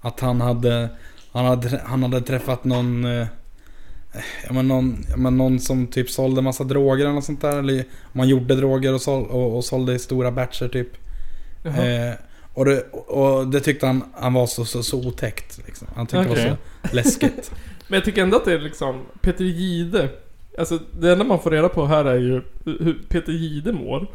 S1: Att han hade, han hade, han hade träffat någon, eh, ja, men någon, ja, men någon som typ sålde massa droger eller något sånt där. Eller man gjorde droger och, sål, och, och sålde i stora batcher typ.
S2: Jaha.
S1: Eh, och, det, och det tyckte han, han var så, så, så otäckt. Liksom. Han tyckte det
S3: Okej.
S1: var så läskigt.
S2: Men jag tycker ändå att det är liksom Peter Gide. Alltså det enda man får reda på här är ju hur hur Peter Gide mår.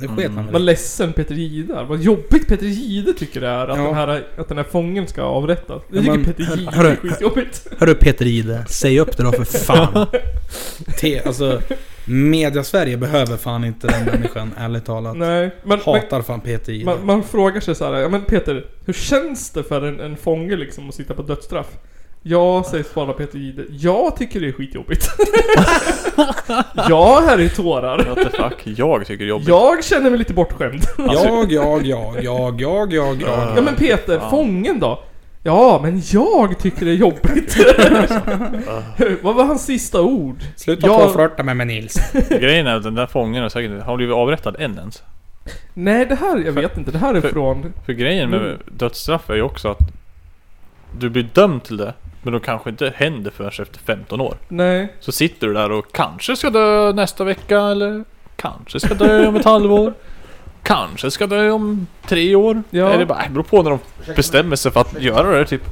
S1: Det sket han
S2: Vad
S1: väl i.
S2: ledsen Peter Gide är. Vad jobbigt Peter Gide tycker det är att,
S1: Ja.
S2: den, här, att den här fången ska avrättas. Det
S1: Ja,
S2: tycker
S1: men-
S2: Peter Gide
S1: hörru.
S2: är skitjobbigt.
S1: Hörru Peter Ide, säg upp det då för fan. Te, alltså, media-Sverige behöver fan inte den människan, ärligt talat.
S2: Nej, men, men
S1: Hatar fan Peter Ide.
S2: man, man frågar sig så här, ja men Peter, hur känns det för en, en fånge liksom att sitta på dödsstraff? Ja, säger svara Peter Gide. Jag tycker det är skitjobbigt. jag här i tårar.
S3: What the fuck? Jag tycker det är jobbigt.
S2: Jag känner mig lite bortskämd.
S1: Jag, jag, jag, jag, jag, jag, jag.
S2: Ja men Peter,
S3: fan.
S2: fången då? Ja, men jag tycker det är jobbigt. Vad var hans sista ord?
S1: Sluta
S2: jag-
S1: jag... flörta med mig Nils.
S3: Grejen är att den där fången har säkert har blivit avrättad än ens.
S2: Nej, det här, jag vet inte. Det här är
S3: för-
S2: från...
S3: För grejen med
S2: Mm.
S3: dödsstraff är ju också att du blir dömd till det, men då kanske inte händer förrän efter 15 år.
S2: Nej.
S3: Så sitter du där och kanske ska dö nästa vecka eller kanske ska dö om ett halvår. Kanske ska dö om tre år.
S2: Ja.
S3: Eller bara, äh, beror på när de bestämmer sig för att göra det typ.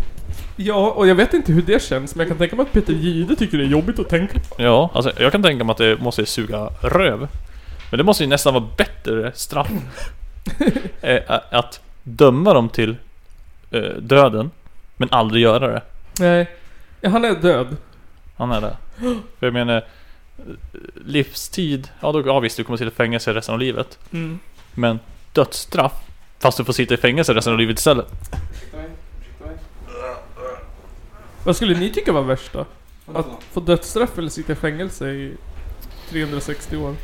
S2: Ja, och jag vet inte hur det känns, men jag kan tänka mig att Peter Gide tycker det är jobbigt att tänka
S3: Ja, alltså jag kan tänka mig att det måste suga röv. Men det måste ju nästan vara bättre straff. eh, att döma dem till eh, döden, men aldrig göra det.
S2: Nej. Ja, han är död.
S3: Han är det. För jag menar, eh, livstid, ja, då, ja visst du kommer sitta i fängelse resten av livet.
S2: Mm.
S3: Men dödsstraff, fast du får sitta i fängelse resten av livet istället.
S2: Vad skulle ni tycka var värst då? Att få dödsstraff eller sitta i fängelse i 360 år?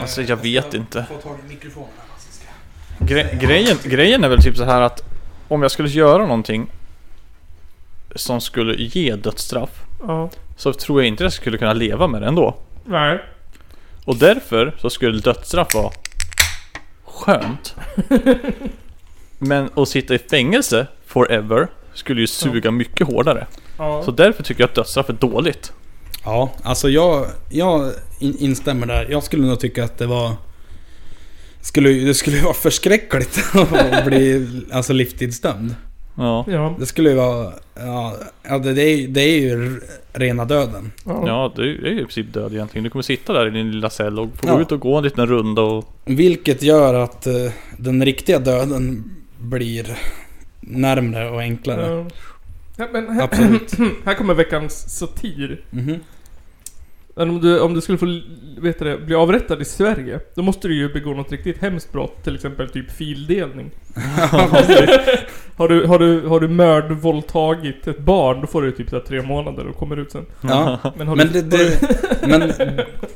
S3: Alltså jag vet inte.
S1: Få tag i mikrofonen här, alltså, ska jag-
S3: Gre- grejen, grejen är väl typ så här att om jag skulle göra någonting som skulle ge dödsstraff
S2: Ja.
S3: så tror jag inte jag skulle kunna leva med det ändå.
S2: Nej.
S3: Och därför så skulle dödsstraff vara skönt. Men att sitta i fängelse forever skulle ju suga mycket hårdare.
S2: Ja.
S3: Så därför tycker jag att dödsstraff är dåligt.
S1: Ja, alltså jag, jag in, instämmer där. Jag skulle nog tycka att det var... Skulle, det skulle vara förskräckligt att bli alltså, livstidsdömd.
S3: Ja.
S2: Ja.
S1: Det skulle ju vara... Ja, ja det, det, är, ju- det är ju r- rena döden.
S2: ja.
S3: Ja, du är ju i princip död egentligen. Du kommer sitta där i din lilla cell och få
S1: Ja.
S3: gå ut och gå en liten runda och...
S1: Vilket gör att eh, den riktiga döden blir närmre och enklare.
S2: Eh, Ja, men här,
S1: Absolut.
S2: här kommer veckans satir.
S1: Mhm.
S2: Men Om du, om du skulle få l- vet du det, bli avrättad i Sverige, då måste du ju begå något riktigt hemskt brott. Till exempel typ fildelning. har, du, har, du, har du mördvåldtagit ett barn, då får du typ så här tre månader och kommer ut sen.
S1: Ja.
S2: Men har
S1: Men
S2: du...
S1: det, det, men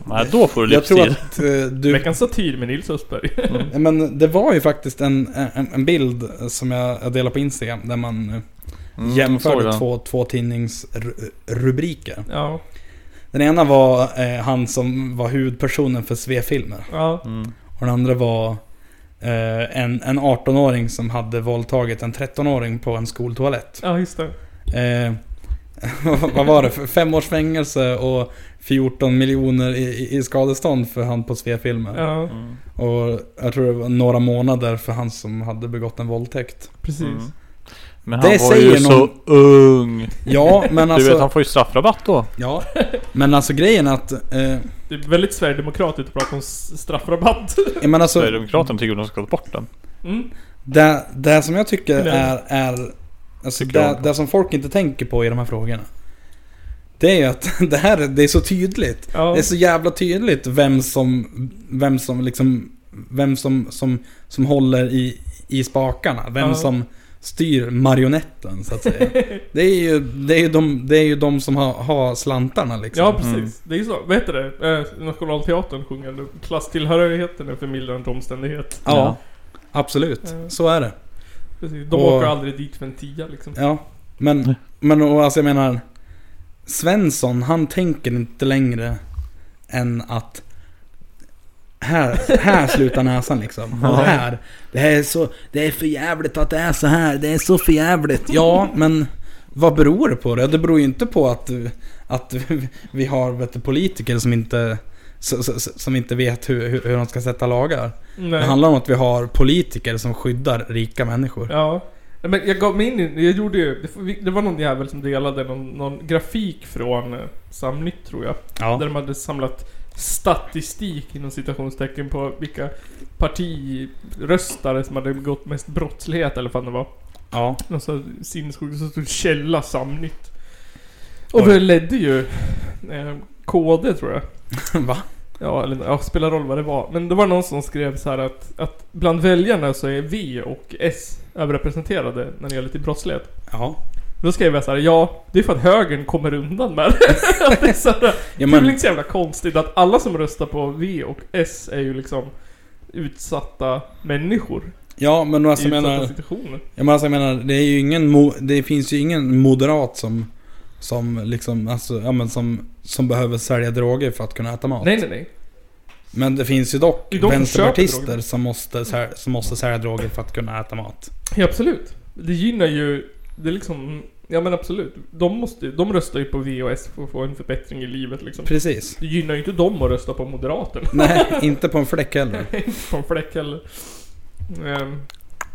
S3: Nej, då får du
S1: jag tror
S3: livstid.
S1: att eh, du
S2: Veckans satir med Nils Östberg.
S1: Ja, Men det var ju faktiskt en, en, en bild som jag delade på Instagram där man eh,
S3: Mm, såg
S1: jämförde
S3: den.
S1: två, två tidningsrubriker.
S2: ja,
S1: Den ena var eh, han som var huvudpersonen för Svefilmer.
S2: ja,
S3: Mm.
S1: Och den andra var eh, en, en 18-åring som hade våldtagit en 13-åring på en skoltoalett.
S2: ja just det.
S1: Eh, vad var det? F- Fem års fängelse och 14 miljoner i, i- i skadestånd för han på Svefilmer.
S2: Ja,
S3: Mm.
S1: Och jag tror det var några månader för han som hade begått en våldtäkt.
S2: precis.
S3: Mm. Men
S1: Det
S3: han var
S1: säger
S3: ju så
S1: någon-
S3: ung.
S1: Ja, men
S3: Du
S1: alltså...
S3: vet, han får ju straffrabatt då.
S1: Ja, men alltså grejen är att... Eh,
S2: Det är väldigt sverigedemokratiskt att prata om s- straffrabatt.
S1: ja, men alltså,
S3: Sverigedemokraterna tycker de ska ta bort den.
S2: Mm.
S1: det, det som jag tycker
S2: Eller?
S1: är... är alltså
S3: Tycker
S1: det,
S3: jag.
S1: det som folk inte tänker på i de här frågorna. Det är ju att det här det är så tydligt.
S2: Ja.
S1: Det är så jävla tydligt vem som... Vem som liksom... Vem som, som, som håller i, i spakarna. Vem
S2: Ja.
S1: som styr marionetten så att säga. Det är ju, det är ju, de, det är ju de som har, har slantarna liksom.
S2: Ja, precis. Det är ju så. Vad heter det? Eh, Nationalteatern sjunger nu. Klasstillhörigheten är förmildrande omständighet.
S1: Ja, absolut.
S2: Ja.
S1: Så är det.
S2: Precis. De
S1: Och-
S2: åker aldrig dit för en tia liksom.
S1: Ja, men, men och, alltså jag menar Svensson, han tänker inte längre än att här, här slutar näsan liksom. Och här. Det här är så, det är för jävligt att det är så här. Det är så för jävligt. Ja, men vad beror det på? Det, det beror ju inte på att, att vi har vet, du, politiker som inte, s- s- som inte vet hur, hur hur de ska sätta lagar.
S2: Nej.
S1: Det handlar om att vi har politiker som skyddar rika människor.
S2: Ja. Nej, Men jag gav mig in i, jag gjorde ju, det- det var någon jävel som delade någon, någon grafik från eh, Samnytt tror jag.
S1: Ja.
S2: Där de hade samlat statistik inom citationstecken på vilka partiröstare som hade begått mest brottslighet eller vad fan det var.
S1: ja.
S2: Någon sån här sinnessjuk, så stod källa Samnytt. Och
S1: Oj.
S2: det ledde ju eh, KD tror jag.
S1: Va?
S2: Ja, eller ja, spelar roll vad det var. Men det var någon som skrev så här att, att bland väljarna så är V och S överrepresenterade när det gäller till brottslighet.
S1: Ja.
S2: Då skrev jag så här, ja, det är för att högern kommer undan med det. Att det. Är så här,
S1: Ja,
S2: det är väl
S1: men,
S2: inte så jävla konstigt att alla som röstar på V och S är ju liksom utsatta människor
S1: ja, men alltså,
S2: i
S1: jag
S2: utsatta
S1: menar,
S2: situationer.
S1: jag menar, alltså, jag menar, det är ju ingen, mo, det finns ju ingen moderat som, som liksom, alltså, ja men som, som behöver sälja droger för att kunna äta mat.
S2: Nej, nej, nej.
S1: Men det finns ju dock
S2: Det är de som köper
S1: vänsterpartister
S2: droger.
S1: som måste, sälja, som måste sälja droger för att kunna äta mat.
S2: Ja, absolut. Det gynnar ju, det är liksom, ja men absolut. De måste ju- de röstar ju på V och S för att få en förbättring i livet liksom.
S1: Precis.
S2: Det gynnar ju inte dem att rösta på Moderaterna.
S1: Nej, inte på en fläck heller.
S2: Inte på en fläck heller. Ehm,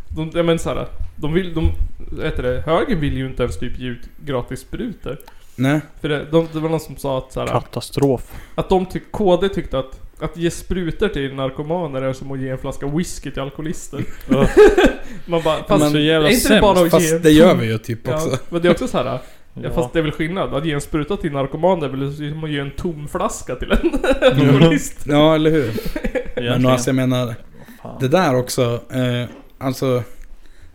S2: De, jag menar såhär, de vill, de, vad heter det, högern vill ju inte ens typ ge ut gratis sprutor.
S1: Nej.
S2: För det, de, det var någon som sa att såhär,
S3: Katastrof.
S2: att de tyck, KD tyckte att, att ge sprutor till narkomaner är som att ge en flaska whisky till alkoholister.
S3: Ja.
S2: Man bara, fast
S1: Men så
S3: jävla
S2: är inte det
S3: sämst,
S2: bara att ge...
S1: Fast det gör vi ju typ
S2: Ja,
S1: också.
S2: men det är också såhär, ja.
S3: Ja.
S2: fast det är väl skillnad. Att ge en spruta till narkomaner är väl som att ge en tom flaska till en alkoholist.
S1: Ja, eller hur? Men
S3: Egentligen.
S1: alltså jag menar,
S3: Fan.
S1: Det där också, eh, alltså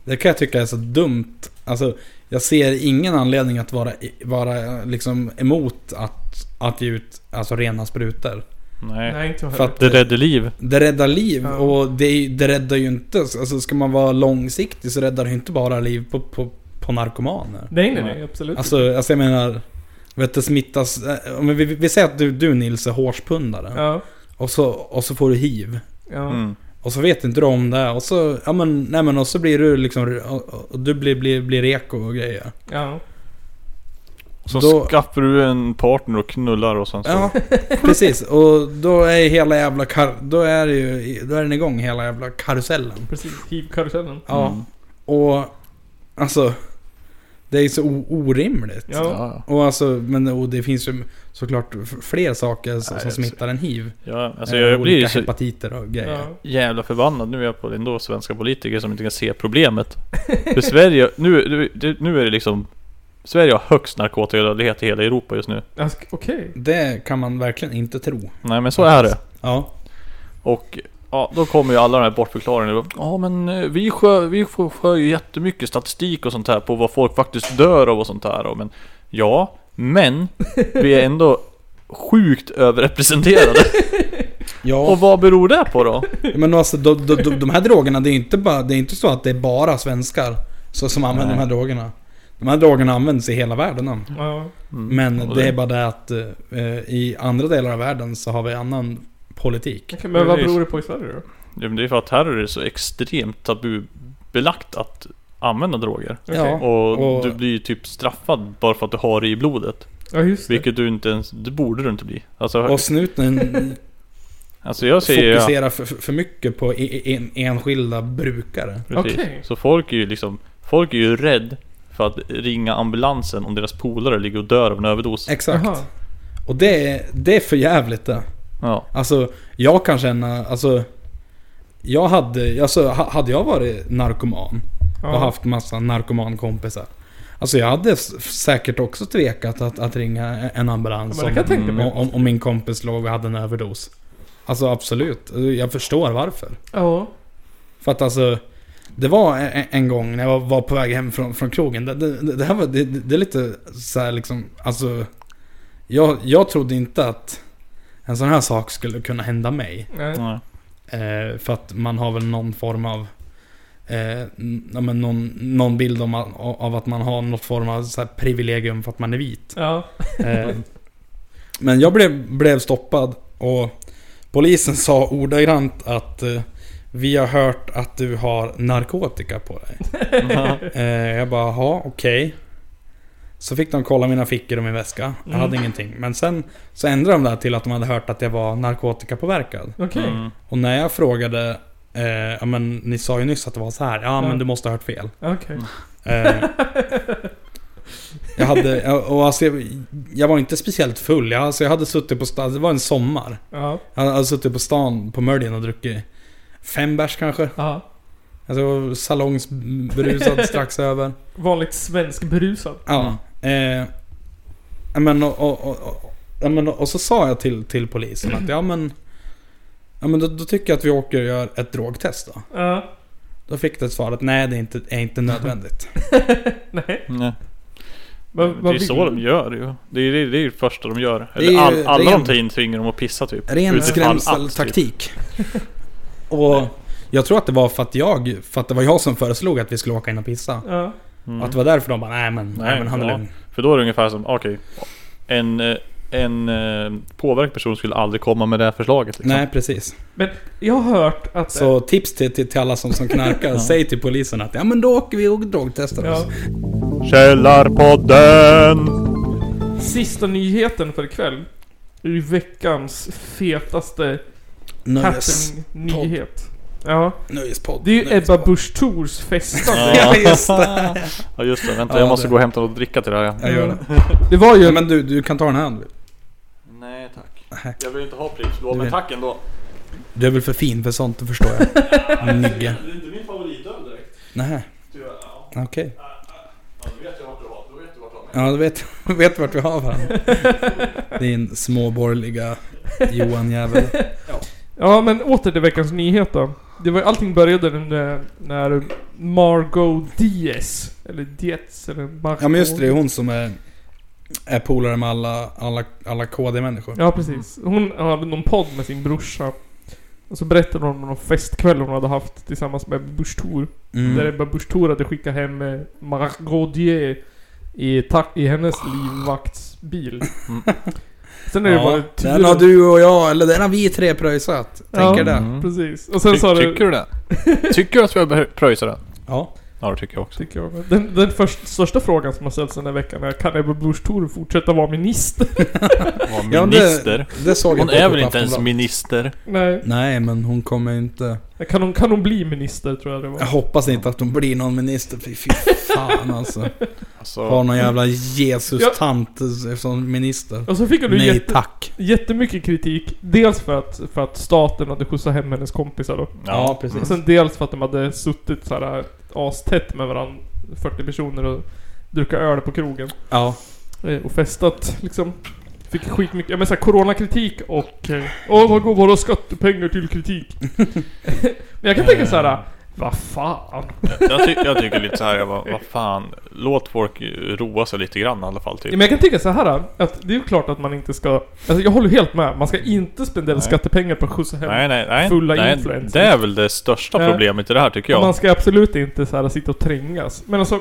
S1: Det kan jag tycka är så dumt. Alltså jag ser ingen anledning att vara, i- vara liksom emot att, att ge ut alltså, rena sprutor.
S3: Nej.
S2: Nej, inte jag
S1: För
S2: heller.
S1: att
S3: Det
S1: det,
S3: räddar liv.
S1: det räddar liv
S2: Ja.
S1: och det, är- det räddar ju inte, alltså ska man vara långsiktig så räddar det ju inte bara liv på, på, på narkomaner.
S2: Nej, nej, nej. Absolut
S1: Alltså, alltså jag menar, vet du smittas, eh, om vi, vi säger att du, du Nils är hårspundare
S2: Ja,
S1: och, så, och så får du hiv.
S2: ja.
S3: Mm.
S1: Och så vet inte du om det och så, ja men, nej men och så blir du liksom, och, och- och du blir, blir, blir reko och grejer.
S2: ja.
S3: Så
S1: Då-
S3: skaffar du en partner och knullar och sen så...
S1: Ja, precis. Och då är hela jävla kar- då är det ju, då är den igång hela jävla karusellen.
S2: Precis, hivkarusellen.
S1: Ja.
S3: Mm.
S1: Och alltså, det är ju så o- orimligt.
S2: Ja.
S3: Ja,
S1: Och alltså, men och det finns ju såklart f- fler saker som, som
S3: Nej, jag
S1: smittar än hiv.
S3: ja. Alltså
S1: Eh,
S3: jag blir ju
S1: olika
S3: så
S1: hepatiter och grejer.
S2: Ja.
S3: jävla förbannad nu är jag på det ändå svenska politiker som inte kan se problemet. För Sverige, nu, nu, nu är det liksom... Sverige har högst narkotikadödlighet i hela Europa just nu.
S2: Ja, sk- Okej.
S1: Det kan man verkligen inte tro.
S3: Nej men så är det.
S1: Ja.
S3: Och ja, då kommer ju alla de här bortförklaringarna. Ja men eh, vi skör, vi får- för ju jättemycket statistik och sånt här på vad folk faktiskt dör av och sånt här. Och, men, ja, men vi är ändå sjukt överrepresenterade.
S1: Ja,
S3: Och vad beror det på då?
S1: men alltså de, de, de, de här drogerna, det är inte bara, det är inte så att det är bara svenskar så, som använder
S3: Nej.
S1: de här drogerna. De här drogerna används i hela världen.
S2: Ja.
S3: Mm,
S1: Men
S3: och
S1: det är bara det att eh, i andra delar av världen så har vi annan politik.
S2: Okej, Men vad
S3: Precis.
S2: beror det på i Sverige då?
S3: Ja, men det är för att här är det så extremt tabubelagt att använda droger.
S2: Okej.
S1: Ja.
S3: Och,
S1: Och-
S3: du blir ju typ straffad bara för att du har det i blodet.
S2: ja, just det.
S3: Vilket du inte ens, det borde du inte bli. Alltså,
S1: Och snuten
S3: alltså jag säger ja,
S1: fokuserar för, för mycket på i- i- en, enskilda brukare.
S3: Precis.
S2: Okej.
S3: Så folk är ju liksom, folk är ju rädd för att ringa ambulansen om deras polare ligger och dör av en överdos.
S1: Exakt.
S2: Jaha.
S1: Och det, är- det är för jävligt det.
S3: Ja.
S1: Alltså, jag kan känna, alltså... Jag hade, alltså, ha- hade jag varit narkoman
S2: Ja.
S1: och haft massa narkomankompisar. Alltså jag hade s- säkert också tvekat att, att ringa en ambulans
S2: Ja, men det kan jag tänka
S1: om,
S2: mig.
S1: om, om min kompis låg och hade en överdos. Alltså absolut, jag förstår varför.
S2: Ja.
S1: För att alltså, det var en, en gång när jag var på väg hem från, från krogen. Det, det, det här var, det, det är lite så här liksom, alltså. Jag, jag trodde inte att en sån här sak skulle kunna hända mig.
S2: Nej.
S3: Nej.
S1: Eh, för att man har väl någon form av... Eh, n- ja, men någon, någon bild om, att- av att man har något form av så här privilegium för att man är vit.
S2: Ja.
S1: Eh, men jag blev, blev stoppad och polisen sa ordagrant att eh, vi har hört att du har narkotika på dig. Eh, jag bara, jaha, okej. Så fick de kolla mina fickor och min väska. Jag
S2: Mm.
S1: hade ingenting. Men sen så ändrade de det här till att de hade hört att jag var narkotikapåverkad.
S2: Okej.
S3: Mm.
S1: Och när jag frågade, eh, ja men ni sa ju nyss att det var så här. Ja,
S2: Ja.
S1: men du måste ha hört fel.
S2: Okej.
S1: Eh, jag hade, jag- och alltså jag, jag var inte speciellt full. Jag, alltså jag hade suttit på stan, det var en sommar.
S2: Ja.
S1: Jag hade suttit på stan på Möljen och druckit fem bärs kanske.
S2: Ja.
S1: Alltså jag var salongsberusad strax över.
S2: Vanligt svensk berusad.
S1: Ja. Eh, ja, men, och, och, och, och, ja, men, och så sa jag till, till polisen att ja men, ja, men då, då tycker jag att vi åker och gör ett drogtest då.
S2: Ja.
S1: Då fick det svaret nej det är inte, är inte nödvändigt.
S2: Nej.
S3: Nej.
S2: Vad,
S3: Det
S2: vad
S3: är
S2: vill
S3: så de
S2: du?
S3: gör ju. Det är det, det, är det första de gör.
S1: Det är ju
S3: Eller all, alla
S1: ren-
S3: de tvingar dem att pissa typ.
S1: Ren
S3: Utifall att, typ.
S1: skrämseltaktik. Och jag tror att det var för att jag, för att det var jag som föreslog att vi skulle åka in och pissa.
S2: Ja.
S3: Mm.
S1: Att det var därför de bara nej men, nej,
S3: Nej,
S1: men han är
S3: ja.
S1: lugn.
S3: För då är det ungefär som, okej. en, eh, en eh, påverkad person skulle aldrig komma med det här förslaget liksom.
S1: Nej precis.
S2: Jag har hört att...
S1: Så tips till, till, till alla som, som knarkar. Säg till polisen att ja men då åker vi och drogtestar oss.
S2: Ja.
S3: Källarpodden!
S2: Sista nyheten för ikväll. är ju veckans fetaste
S1: Nöjes,
S2: happening-nyhet. Ja.
S1: nöjespodd.
S2: Det är ju Ebba
S1: nöjespodd.
S2: Busch Thors festande.
S1: Ja just det.
S3: Ja just det, vänta
S1: Ja,
S3: jag måste
S1: det-
S3: gå och hämta något att dricka till det här.
S1: Jag gör det.
S2: Det var ju...
S1: Ja, men du, du kan ta den här om du vill.
S3: Nej tack.
S1: Nej.
S3: Jag vill inte ha Pripps då,
S1: Du men vill-
S3: tack ändå.
S1: Du är väl för fin för sånt, det förstår jag. Nygge.
S3: är inte min favoritöl direkt.
S1: Nej, okej.
S3: Du vet ju vart du har, du vet ju vart du har
S1: Ja, du vet, vet vart vi har varandra. Din småborgerliga Johan-jävel.
S2: Ja, men åter till veckans nyhet då. Det var, allting började när, när Margot Diaz, eller Dietz, eller Margot...
S1: Ja men just det, det är hon som är, är polare med alla, alla, alla KD-människor.
S2: Ja, precis. Hon hade någon podd med sin brorsa. Och så berättade hon om någon festkväll hon hade haft tillsammans med Busch Thor.
S1: Mm.
S2: Där Ebba Busch Thor hade skickat hem eh, Margot Diaz i, ta- i hennes livvaktsbil.
S3: Mm.
S2: Sen är det bara
S1: Ah. Ja,
S2: turen.
S1: den har du och jag, eller den har vi tre pröjsat. Tänker det.
S2: Mm.
S3: Mm.
S2: Precis. Och sen sa du...
S3: Tycker du det? Tycker du att vi har pröjsat den?
S1: Ja.
S3: Ja det tycker jag också.
S2: Tycker jag. Den, den först, största frågan som har ställts den här veckan är Kan Ebba Busch Thor fortsätta vara minister?
S3: Var
S1: Ja, det-
S3: minister.
S1: Det såg jag
S3: Hon
S1: på
S3: är
S1: typ
S3: väl inte ens
S1: Aftonbladet.
S3: minister?
S2: Nej.
S1: Nej, men hon kommer inte...
S2: Kan hon, kan hon bli minister tror jag det var.
S1: Jag hoppas inte att hon blir någon minister. Fy, fy fan alltså. Har
S7: Alltså,
S1: någon jävla Jesus-tant som minister.
S2: Och så fick hon ju
S1: Nej
S2: jätte,
S1: tack.
S2: jättemycket kritik. Dels för att, för att staten hade skjutsat hem hennes kompisar då.
S1: Ja, precis.
S3: Mm.
S2: Och sen dels för att de hade suttit så här äh, astätt med varandra 40 personer och druckit öl på krogen.
S1: Ja.
S2: Eh, Och festat liksom. Fick skitmycket, ja men såhär coronakritik och... eh, Åh vad går våra skattepengar till kritik? men jag kan tänka så här. äh, Vad fan?
S3: Jag, ty- jag tycker lite så här, jag bara, vad fan. Låt folk roa sig lite grann i alla fall.
S2: Ja,
S3: Typ.
S2: men jag kan tänka så här äh, att det är ju klart att man inte ska... Alltså jag håller helt med. Man ska inte spendera
S3: Nej.
S2: skattepengar på att skjutsa hem.
S3: Nej nej nej.
S2: Fulla
S3: nej
S2: influencers.
S3: det är väl det största
S2: Ja.
S3: problemet i det här tycker
S2: Och
S3: jag.
S2: Man ska absolut inte så här sitta och trängas. Men alltså...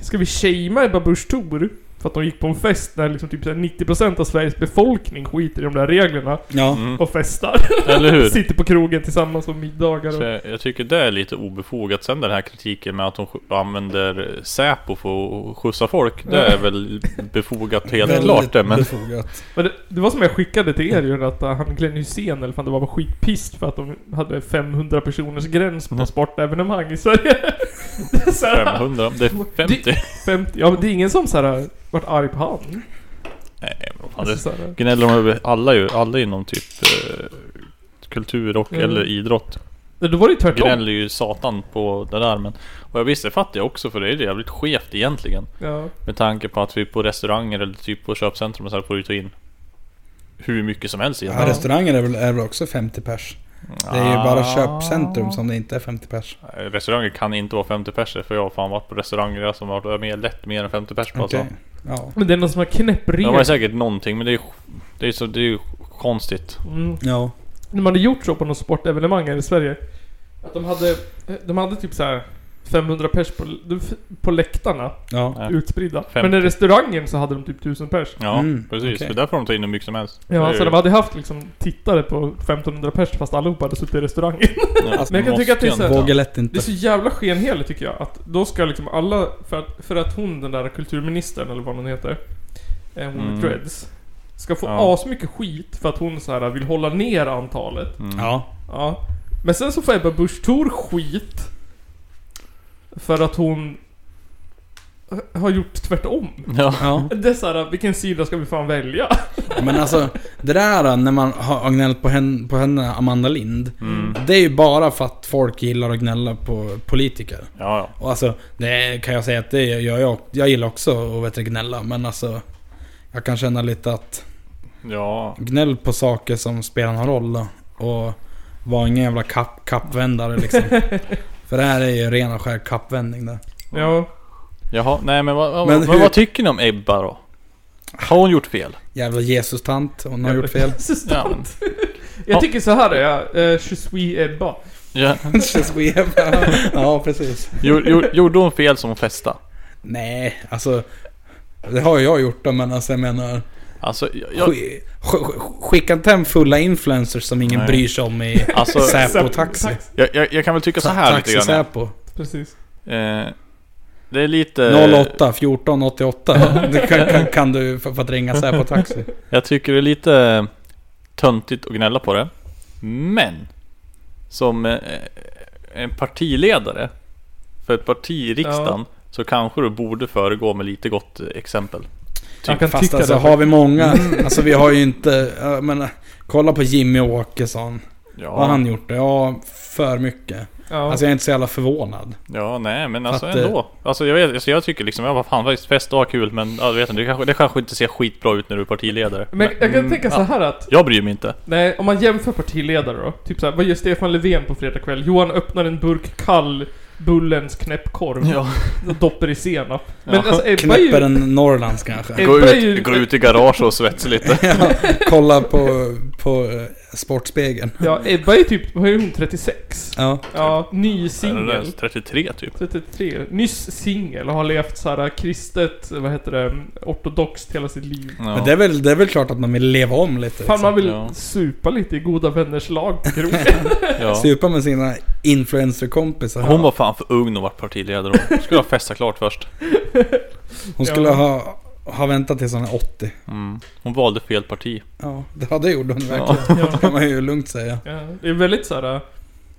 S2: Ska vi shamea Ebba Busch Thor för att de gick på en fest när liksom typ så här 90% av Sveriges befolkning skiter i de där reglerna
S1: Ja.
S3: Mm.
S2: och festar?
S3: Eller hur?
S2: Sitter på krogen tillsammans på middagar
S3: Så
S2: och...
S3: jag, jag tycker det är lite obefogat. Sen den här kritiken med att de sk- använder Säpo för att skjutsa folk. Det är väl befogat helt
S1: Väldigt
S3: klart det. Men
S1: befogat.
S2: Men det, det var som jag skickade till er ju att uh, han Glenn Hysén eller fan det var, var skitpist för att de hade 500 personers gräns på
S3: Mm.
S2: sportevenemang i Sverige. Det är så här,
S3: 500, det är 50.
S2: 50, ja men det är ingen som så här äh, varit arg på han.
S3: Nej, men vad fan,
S2: Alltså,
S3: det
S2: så här,
S3: gnäller de över alla ju. Alla inom typ eh, kultur och
S2: Mm.
S3: eller idrott.
S2: nej, då var äh, det ju tvärtom.
S3: Gnäller ju satan på det där. Men, och jag visst, det fattar jag också för det är ju jävligt skevt egentligen.
S2: Ja.
S3: Med tanke på att vi på restauranger eller typ på köpcentrum och så här får ju ta in hur mycket som helst
S1: Ja,
S3: egentligen.
S1: restauranger är väl, är väl också 50 pers. Det är ju bara
S3: Ah.
S1: köpcentrum som det inte är 50 pers.
S3: Nej, Eh, Restauranger kan inte vara 50 personer för jag har fan varit på restauranger som har varit mer, lätt mer än 50 personer
S1: Okej.
S3: alltså.
S1: Ja.
S2: Men det är någon som har knäpp
S3: De har
S2: regel.
S3: ju säkert någonting men det är ju det är så, det är ju konstigt.
S2: Mm.
S1: Ja.
S2: De hade gjort så på något sportevenemang här i Sverige. Att de hade, de hade typ så här 500 pers på, på läktarna.
S1: Ja.
S3: Ja.
S2: Utspridda.
S3: 50.
S2: Men i restaurangen så hade de typ 1000 pers.
S3: Ja,
S1: Mm,
S3: precis.
S1: okej.
S3: För där får de ta in hur mycket som helst. Det
S2: Ja,
S3: är
S2: så
S3: ju-
S2: de hade haft liksom tittare på 1500 pers fast allihopa hade suttit i restaurangen.
S3: Ja,
S1: Alltså,
S2: men jag kan
S3: måste
S2: tycka att det är
S3: ändå.
S2: så här-
S1: Vågar lätt
S2: Det är
S1: inte.
S2: så jävla skenheligt tycker jag att då ska liksom alla, för att, för att hon den där kulturministern eller vad hon heter, eh, hon med
S3: Mm.
S2: dreads, ska få
S3: Ja.
S2: asmycket skit för att hon så här vill hålla ner antalet.
S3: Mm.
S1: Ja.
S2: Ja. Men sen så får Ebba Busch Thor skit. För att hon ha- har gjort tvärtom.
S3: Ja.
S1: Ja.
S2: Det är såhär, vilken sida ska vi fan välja?
S1: Men alltså, det där när man har gnällt på henne, på henne Amanda Lind.
S3: Mm.
S1: Det är ju bara för att folk gillar att gnälla på politiker.
S3: Ja, ja.
S1: Och alltså, det kan jag säga att det gör jag. Jag gillar också att vet, du, gnälla, men alltså... Jag kan känna lite att
S3: Ja.
S1: gnäll på saker som spelar någon roll då. Och var ingen jävla kapp, kappvändare liksom. För det här är ju ren och skär kappvändning där.
S2: Ja.
S3: Jaha, nej men, vad, vad-
S1: Men
S3: men
S1: hur-
S3: vad tycker ni om Ebba då? Har hon gjort fel?
S1: Jävla Jesus-tant, hon har gjort fel.
S3: Ja, men-
S2: Assistent. Jag tycker så här är jag, eh, 'Je Ebba.
S3: Ja.
S1: ja, precis.
S3: Gjorde, gjorde- gjorde hon fel som festa?
S1: Nej, alltså... Det har jag gjort då, men alltså jag menar...
S3: Alltså, jag, jag,
S1: Sk- sk- Skicka inte hem fulla influencers som ingen
S3: Nej.
S1: bryr sig om i
S3: Alltså-
S1: Säpo-taxi.
S3: jag, jag, jag kan väl tycka så här lite
S1: Taxi
S3: grann.
S1: Säpo.
S2: Precis.
S3: Eh, det är lite...
S1: 08 14 88. Det kan, kan, kan du för, för att ringa Säpo Taxi.
S3: Jag tycker det är lite töntigt att gnälla på det. Men! Som eh, en partiledare för ett parti i riksdagen så kanske du borde föregå med lite gott eh, exempel.
S2: Jag kan
S1: Fast
S2: tycka
S1: alltså
S2: det. Mm.
S1: har vi många. Alltså vi har ju inte... Jag menar, kolla på Jimmy Åkesson. Vad har
S3: Ja,
S1: han gjort? Ja, för mycket.
S2: Ja.
S1: Alltså jag är inte så jävla förvånad.
S3: ja nej men alltså
S1: Att, eh,
S3: ändå. Alltså jag, vet, alltså jag tycker liksom, ja vad fan visst, fest och ha kul men ja, du vet inte, det kanske, det kanske inte ser skitbra ut när du är partiledare.
S2: men jag, jag kan
S3: mm,
S2: tänka så
S3: ja,
S2: här att
S3: Jag bryr mig inte.
S2: Nej, om man jämför partiledare då. Typ såhär, vad gör Stefan Löfven på fredag kväll? Johan öppnar en burk kall Bullens knäppkorv och doppar i senap. Men
S3: Ja.
S2: alltså Ebba är
S1: Knäpper
S2: ju...
S1: en Norrlands kanske.
S2: Ebba
S3: Gå
S2: är ju-
S3: ut, gå ut i garaget och svetsa lite.
S1: Ja, kolla på, på eh, Sportspegeln.
S2: Ja, Ebba är typ, vad är hon, 36?
S1: Ja.
S2: Ja, ny
S3: Eller
S2: singel.
S3: 33 typ.
S2: 33. Nyss singel och har levt såhär kristet, vad heter det, ortodoxt hela sitt liv.
S3: Ja.
S1: Men det är, väl, det är väl klart att man vill leva om lite. liksom.
S2: Fan man vill
S3: Ja.
S2: supa lite i goda vänners lag på krogen.
S3: ja.
S1: Supa med sina influencerkompisar
S3: Hon
S1: har.
S3: var fan för ung och vart partiledare. Hon skulle ha festat klart först.
S1: Hon skulle
S2: Ja.
S1: ha, ha väntat tills hon är 80.
S3: Mm. Hon valde fel parti.
S1: Ja, det hade gjort hon
S3: Ja.
S1: verkligen.
S2: Ja.
S1: kan man ju lugnt säga.
S2: Ja, det är väldigt såhär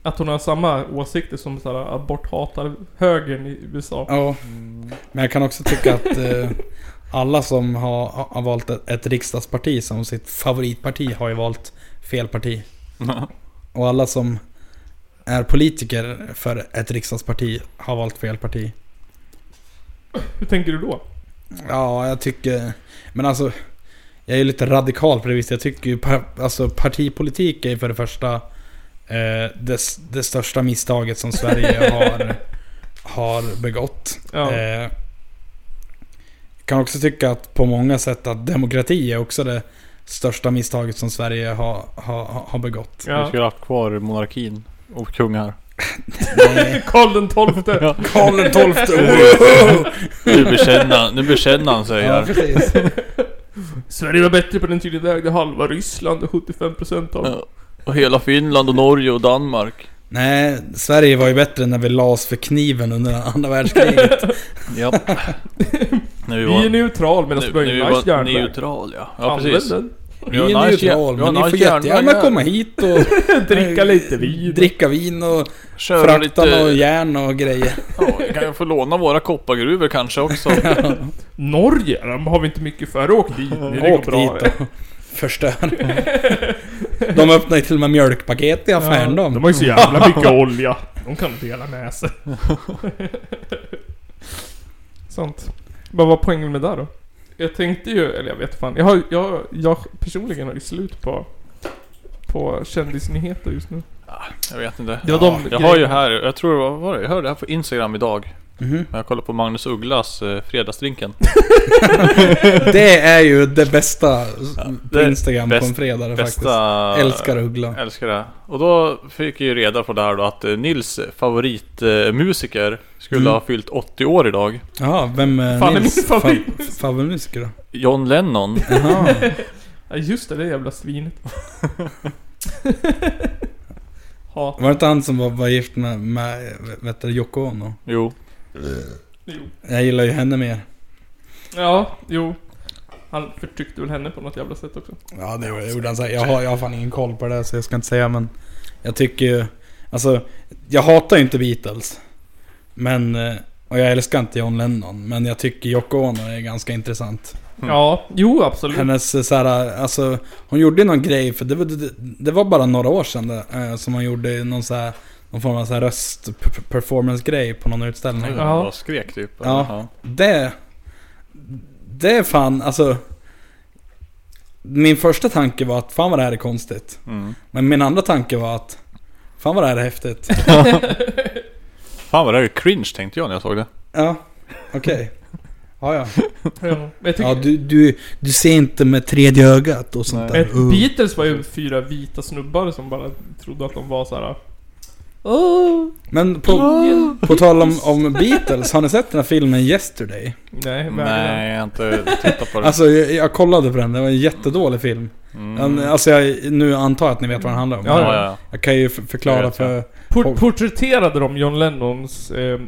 S2: att hon har samma åsikter som såhär aborthatar högern i USA.
S1: Ja, men jag kan också tycka att eh, alla som har, har valt ett, ett riksdagsparti som sitt favoritparti har ju valt fel parti. Och alla som är politiker för ett riksdagsparti har valt fel parti.
S2: Hur tänker du då?
S1: Ja, jag tycker... Men alltså, jag är ju lite radikal på det viset. Jag tycker ju par, alltså, partipolitik är ju för det första eh, det, s- det största misstaget som Sverige har, har begått.
S2: Ja.
S1: Eh, kan också tycka att på många sätt att demokrati är också det största misstaget som Sverige har, har, har begått.
S2: ja.
S3: ha haft kvar monarkin och kungar.
S1: Nej,
S2: Karl den tolfte!
S1: Karl XII!
S3: Nu bekänner, nu bekänner han sig
S1: Ja,
S3: här.
S1: precis.
S2: Sverige var bättre på den tiden där ägde halva Ryssland och 75% av...
S3: Ja. Och hela Finland och Norge och Danmark.
S1: Nej, Sverige var ju bättre när vi las för kniven under andra världskriget.
S3: Ja. När vi
S2: Vi är
S3: var,
S2: neutral medan vi
S3: nu,
S2: har
S3: när vi
S2: en nice
S3: var
S2: järnväg.
S3: neutral ja. Ja
S2: Använd
S3: precis.
S2: den.
S1: Vi är neutral, men ni får jättegärna komma hit och
S2: Dricka lite vin.
S1: dricka vin och
S3: Köra
S1: frakta
S3: lite...
S1: och järn och grejer.
S3: Ja, vi kan ju få låna våra koppargruvor kanske också.
S2: Norge, de har vi inte mycket för. Åk dit nu, det går
S1: Åk
S2: bra.
S1: dit och förstör. De öppnar ju till och med mjölkpaket i affären
S2: Ja,
S1: de.
S2: har ju så jävla mycket olja. De kan dela med sig. Sant. Vad var poängen med det då? Jag tänkte ju, eller jag vet fan. Jag, har, jag, jag personligen har ju slut på, på kändisnyheter just nu.
S3: Jag vet inte.
S2: Det var de
S3: jag
S2: grejerna.
S3: har ju här, jag tror det var- vad var det? Jag hörde det här på Instagram idag.
S1: Mhm.
S3: När jag kollade på Magnus Ugglas eh, fredagsdrinken.
S1: Det är ju det bästa på
S3: det är
S1: Instagram på
S3: bäst-
S1: en fredag faktiskt.
S3: Bästa...
S1: Älskar Uggla.
S3: Älskar det. Och då fick jag ju reda på det här då att eh, Nils favoritmusiker skulle
S1: Mm.
S3: ha fyllt 80 år idag.
S1: Jaha, vem eh, är
S2: Fan, det är
S1: Nils
S2: min favorit.
S1: fa- favoritmusiker då?
S3: John Lennon.
S1: Jaha.
S2: Ja just det, det jävla svinet. Hat.
S1: Var det inte han som var, var gift med, med vet du, Yoko Ono?
S3: Jo.
S2: Jo.
S1: Jag gillar ju henne mer.
S2: Ja, jo. Han förtryckte väl henne på något jävla sätt också.
S1: Ja, det gjorde han säkert. Jag har, jag har fan ingen koll på det där, så jag ska inte säga men... Jag tycker ju... Alltså, jag hatar ju inte Beatles. Men... eh, Och jag älskar inte John Lennon. Men jag tycker Yoko Ono är ganska intressant.
S3: Mm.
S2: Ja, jo absolut.
S1: Hennes eh, så här, alltså Hon gjorde någon grej, för det var, det, det var bara några år sedan det, eh, som hon gjorde någon så här, Någon form av så här röst-performance-grej på någon utställning.
S3: Han
S2: Ja.
S3: bara skrek typ.
S1: Mm. Ja. Det... Det är fan, alltså... Min första tanke var att fan vad det här är konstigt.
S3: Mm.
S1: Men min andra tanke var att Fan vad det här är häftigt.
S3: Fan vad det här är cringe tänkte jag när jag såg det.
S1: Ja, okej. Ja, ja.
S2: Ja, men jag tycker,
S1: ja du, du, du ser inte med tredje ögat och sånt
S3: Nej.
S1: där.
S2: Ett Beatles var ju fyra vita snubbar som bara trodde att de var såhär... Åh!
S1: Men på,
S2: ingen-"
S1: på tal om, om Beatles, har ni sett den här filmen Yesterday?
S2: Nej, men...
S3: Nej, jag har inte tittat på det.
S1: Alltså jag, jag kollade på den, det var en jättedålig film.
S3: Mm.
S1: Mm. Alltså jag, nu antar jag att ni vet vad den handlar om.
S2: Ja,
S3: ja, ja.
S1: Jag kan ju f- förklara
S3: Jag vet,
S1: för...
S2: Por porträtterade de John Lennons, eh, eh,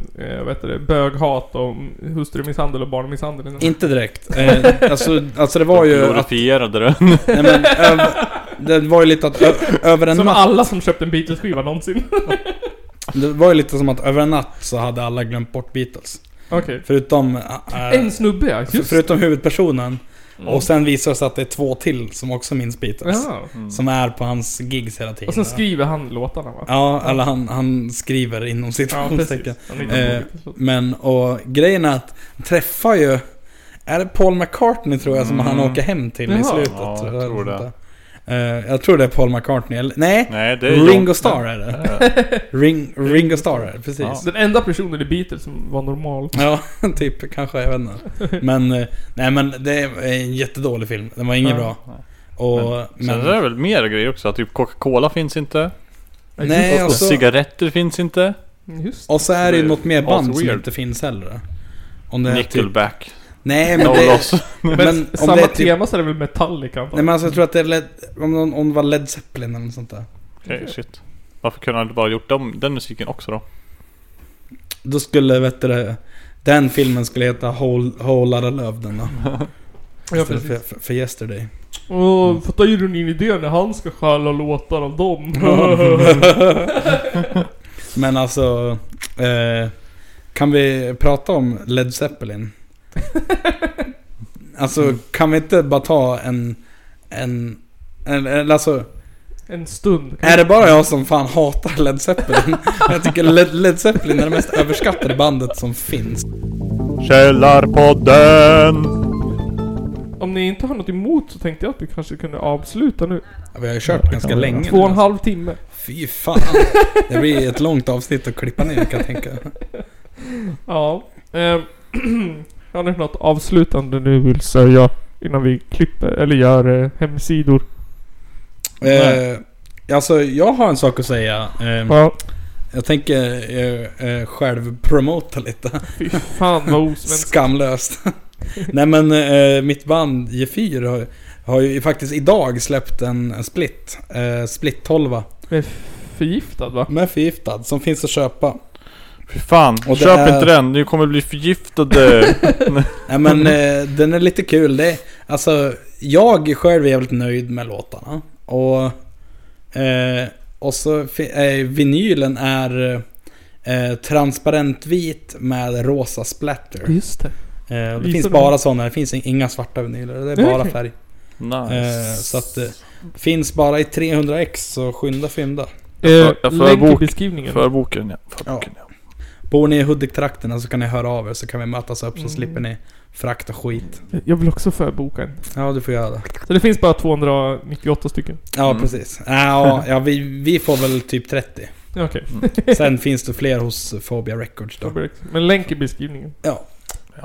S2: vad heter det, böghat och hustrumisshandel och barnmisshandel? i den?
S1: Inte direkt. Eh, alltså, alltså det var ju att...
S3: Glorifierade det.
S1: Nej, men, över, det var ju lite att ö, över en
S2: Som
S1: natt...
S2: alla som köpte en Beatles-skiva någonsin.
S1: Det var ju lite som att över en natt så hade alla glömt bort Beatles.
S2: Okej.
S1: Förutom... eh,
S2: En snubbe ja,
S1: För,
S2: just
S1: förutom huvudpersonen.
S2: Mm.
S1: Och sen visar det sig att det är två till som också minns Beatles.
S2: Jaha.
S3: Mm.
S1: Som är på hans gigs hela tiden.
S2: Och sen skriver han låtarna va?
S1: Ja, eller han, han skriver inom citationstecken.
S2: Han är inte
S1: Eh,
S2: Beatles.
S1: Men, och grejen är att han träffar ju... Är det Paul McCartney tror jag som han åker hem till i
S2: Jaha.
S1: slutet?
S3: Mm. Ja, jag
S1: eller
S3: tror
S1: något
S3: det.
S1: där. Eh, jag tror det är Paul McCartney, eller nej?
S3: Nej, det är
S1: Ringo
S3: John-
S1: Starr är det. Ring, Ringo Starr är det, precis.
S3: Ja.
S2: Den enda personen i Beatles som var normal.
S1: Ja, typ kanske. Jag vet inte. Men, eh, nej men det är en jättedålig film. Den var ingen
S2: Ja.
S1: bra. Och, men,
S3: Sen är det väl mer grejer också. att Typ Coca-Cola finns inte.
S1: Nej,
S2: just,
S1: och så-
S3: Cigaretter finns inte.
S2: just.
S1: och så är det ju
S3: det är
S1: något mer band
S3: also
S1: som
S3: weird.
S1: inte finns heller. Om det är typ,
S3: Nickelback.
S1: Nej men
S3: No
S1: det...
S3: loss.
S1: Men,
S2: Men,
S1: om
S2: samma
S1: det är typ,
S2: tema så är det väl Metallica antar
S1: Nej
S2: jag.
S1: men alltså, jag tror att det är Led, om, någon- om det var Led Zeppelin eller något sånt där.
S3: Okej, shit. Varför kunde han inte bara gjort dem, den musiken också då?
S1: Då skulle, vet du det, den filmen skulle heta Whole, Whole Lotta Love den då.
S2: Ja,
S1: Istället för,
S2: precis.
S1: för, för Yesterday.
S2: Och fatta ironin i det när han ska stjäla låtar av dem.
S1: Men alltså... Eh, kan vi prata om Led Zeppelin? Alltså
S2: Mm.
S1: kan vi inte bara ta en... En... en eller alltså...
S2: Mm. en stund.
S1: Är det bara jag som fan hatar Led Zeppelin? Jag tycker Led, Led Zeppelin är det mest överskattade bandet som finns.
S3: Källarpodden!
S2: Om ni inte har något emot så tänkte jag att vi kanske kunde avsluta nu.
S1: Vi har ju kört ganska länge nu,
S2: Två och en
S1: alltså.
S2: halv timme.
S1: Fy fan. Det blir ett långt avsnitt att klippa ner kan jag tänka.
S2: Ja. Eh, har ni något avslutande du vill säga? Innan vi klipper, eller gör eh, hemsidor.
S1: Eh, alltså jag har en sak att säga. Eh,
S2: Ja.
S1: jag tänker eh, eh, själv promota lite.
S2: Fy fan vad osvenskt.
S1: Skamlöst. Nej men eh, mitt band G4 har, har ju faktiskt idag släppt en, en split. Eh, split 12
S2: Men Eh, Förgiftad va?
S1: med förgiftad som finns att köpa.
S3: Fy fan,
S1: det
S3: köp
S1: är-
S3: inte den, ni kommer bli Eh, förgiftade!
S1: Nej men eh, den är lite kul. Det, är- alltså jag själv är jävligt nöjd med låtarna. Och, eh, och så fi- eh, vinylen är eh, transparent vit med rosa splatter.
S2: Just det.
S1: Eh, och det
S2: Visa
S1: finns
S2: mig.
S1: bara sådana, det finns in- inga svarta vinyler. Det är bara
S2: Okej.
S1: färg. Eh,
S3: nice.
S1: så att eh, finns bara i 300x så skynda fynda.
S2: Eh,
S3: Jag får- jag får
S2: länk i
S3: bok-
S2: beskrivningen.
S3: Förboken ja. Förboken, ja.
S1: Bor ni i Hudik-trakterna så kan ni höra av er så kan vi mötas upp så
S2: Mm.
S1: slipper ni frakt och skit.
S2: Jag vill också förboka en.
S1: Ja, du får göra det.
S2: Så det finns bara 298 stycken.
S1: Ja,
S3: Mm.
S1: precis. Ja, ja vi, vi får väl typ 30.
S2: Ja, Okej.
S1: Sen finns det fler hos Phobia Records då.
S2: Men länk i beskrivningen.
S1: Ja.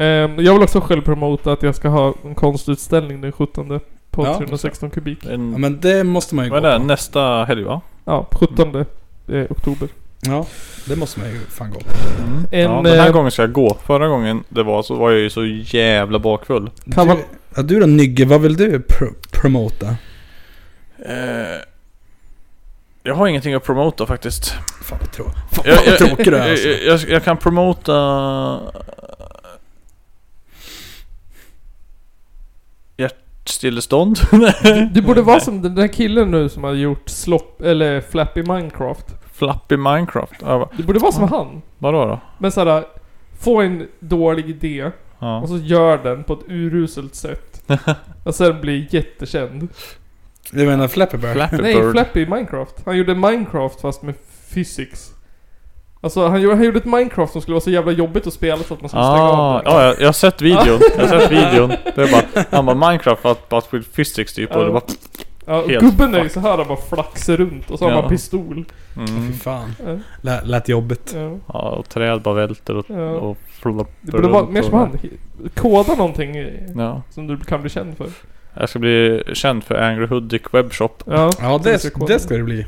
S2: Ehm, jag vill också själv promota att jag ska ha en konstutställning den 17 på
S1: Ja.
S2: 316 kubik.
S3: En,
S1: Ja men det måste man ju gå
S3: vad är det?
S1: på.
S3: Nästa helg va?
S2: Ja, 17 eh, oktober.
S1: Ja, det måste man ju fan gå på. Mm.
S2: En,
S3: ja, den här
S2: eh,
S3: gången ska jag gå. Förra gången det var så var jag ju så jävla bakfull.
S2: Kan man-
S1: Du, ja, du då Nygge, vad vill du pr- promota?
S3: Eh, jag har ingenting att promota faktiskt.
S1: Fan vad, trå- fan, vad tråkig du är alltså.
S3: jag, jag, jag kan promota... Hjärtstillestånd.
S2: Du borde vara som den där killen nu som har gjort slopp, eller flappy Minecraft.
S3: Flappy Minecraft. Ja, va-
S2: Du borde vara som han.
S3: vadå då?
S2: Men såhär, få en dålig idé
S3: Ja.
S2: och så gör den på ett uruselt sätt. Och sen blir jättekänd.
S1: Du menar Flappy Bird?
S3: Flappy
S2: Nej,
S3: Bird.
S2: Flappy Minecraft. Han gjorde Minecraft fast med physics. Alltså han gjorde, han gjorde ett Minecraft som skulle vara så jävla jobbigt att spela så att man skulle stänga
S3: Ah,
S2: av det.
S3: ja, jag, jag har sett videon. Jag har sett videon. Det är bara, han bara Minecraft fast bara with physics typ och det bara...
S2: Ja, och
S3: helt
S2: gubben är ju så här han bara flaxar runt och så har
S3: Ja.
S2: man pistol.
S3: Mm.
S1: Fy fan.
S2: Ja,
S1: Lä- lät jobbigt.
S2: ja,
S3: Ja, och träd bara välter och...
S2: ja.
S3: och
S2: Det
S3: floppar
S2: borde vara
S3: runt
S2: mer
S3: och-
S2: som han. Koda någonting eh,
S3: Ja.
S2: som du kan bli känd för.
S3: Jag ska bli känd för Angry Hoodic Webshop.
S2: Ja,
S1: Ja,
S2: som du
S1: det,
S2: ska koda.
S1: det ska det bli.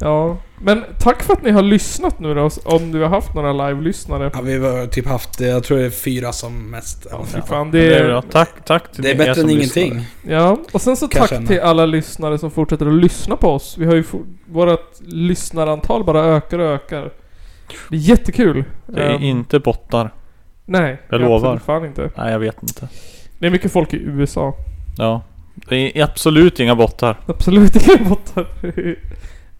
S2: Ja. Men tack för att ni har lyssnat nu då, om du har haft några live-lyssnare.
S1: Ja, vi har typ haft, eh, jag tror det är fyra som mest.
S2: Ja,
S1: Ja,
S2: fy fan.
S3: Det
S2: Det
S3: är, bra.
S2: är...
S3: tack, tack till
S1: Det är
S3: er
S1: bättre
S3: som
S1: än
S3: lyssnar.
S1: ingenting.
S2: Ja, och sen så
S1: Kan jag
S2: tack
S1: känna.
S2: till alla lyssnare som fortsätter att lyssna på oss. Vi har ju for- vårat lyssnarantal bara ökar och ökar. Det är jättekul.
S3: Det är
S2: Ehm,
S3: inte bottar.
S2: Nej.
S3: Jag
S2: det är
S3: lovar.
S2: absolut Fan inte.
S3: Nej, jag vet inte.
S2: Det är mycket folk i USA.
S3: Ja. Det är absolut inga bottar.
S2: Absolut inga bottar.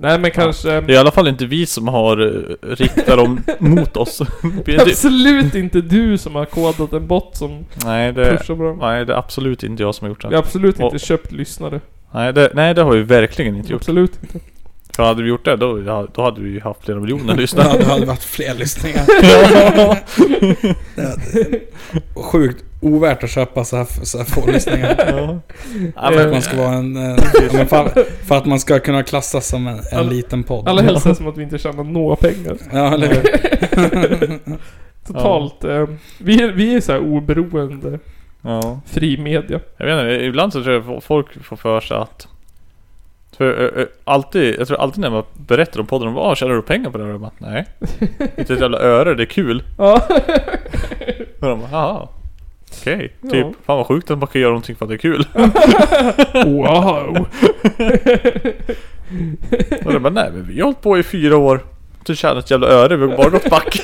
S2: Nej men kanske...
S3: Det är i alla fall inte vi som har eh, riktat dem mot oss. Det är typ- inte-
S2: Absolut inte du som har kodat en bot som
S3: nej, det,
S2: pushar på dem.
S3: nej, det är absolut inte jag som har gjort
S2: Vi har
S3: det.
S2: absolut inte
S3: Eh, Och-
S2: köpt lyssnare.
S3: Nej, det, nej, det har vi verkligen inte gjort.
S2: Absolut inte.
S3: För hade vi gjort det, då, då hade vi ju haft flera miljoner lyssnare.
S1: Ja, det hade varit fler lyssningar. Sjukt ovärt att köpa så här, så här få lyssningar.
S3: ja. Ja,
S1: För att
S3: men,
S1: man ska vara en... eh, ja, men för, för att man ska kunna klassas som en, en
S2: Alla-
S1: liten podd.
S2: Alla hälsar som att vi inte tjänar några pengar.
S1: Ja, eller hur?
S2: Totalt. Eh, vi, är, vi är så här oberoende,
S3: ja.
S2: fri media.
S3: Jag vet inte, ibland så tror jag fo- folk får för sig att... För, eh, eh, alltid, jag tror alltid när man berättar om podden, de bara "Ah, tjänar du pengar på det här?" Och jag bara, nej. Inte ett jävla öre, det är kul.
S2: Ja.
S3: Och de bara, jaha. Okej,
S2: Ja.
S3: typ. Fan vad sjukt att man kan göra någonting för att det är kul.
S2: wow.
S3: Och de bara nej men vi har hållit på i fyra år. Du tjänar ett jävla öre, vi har bara gått back.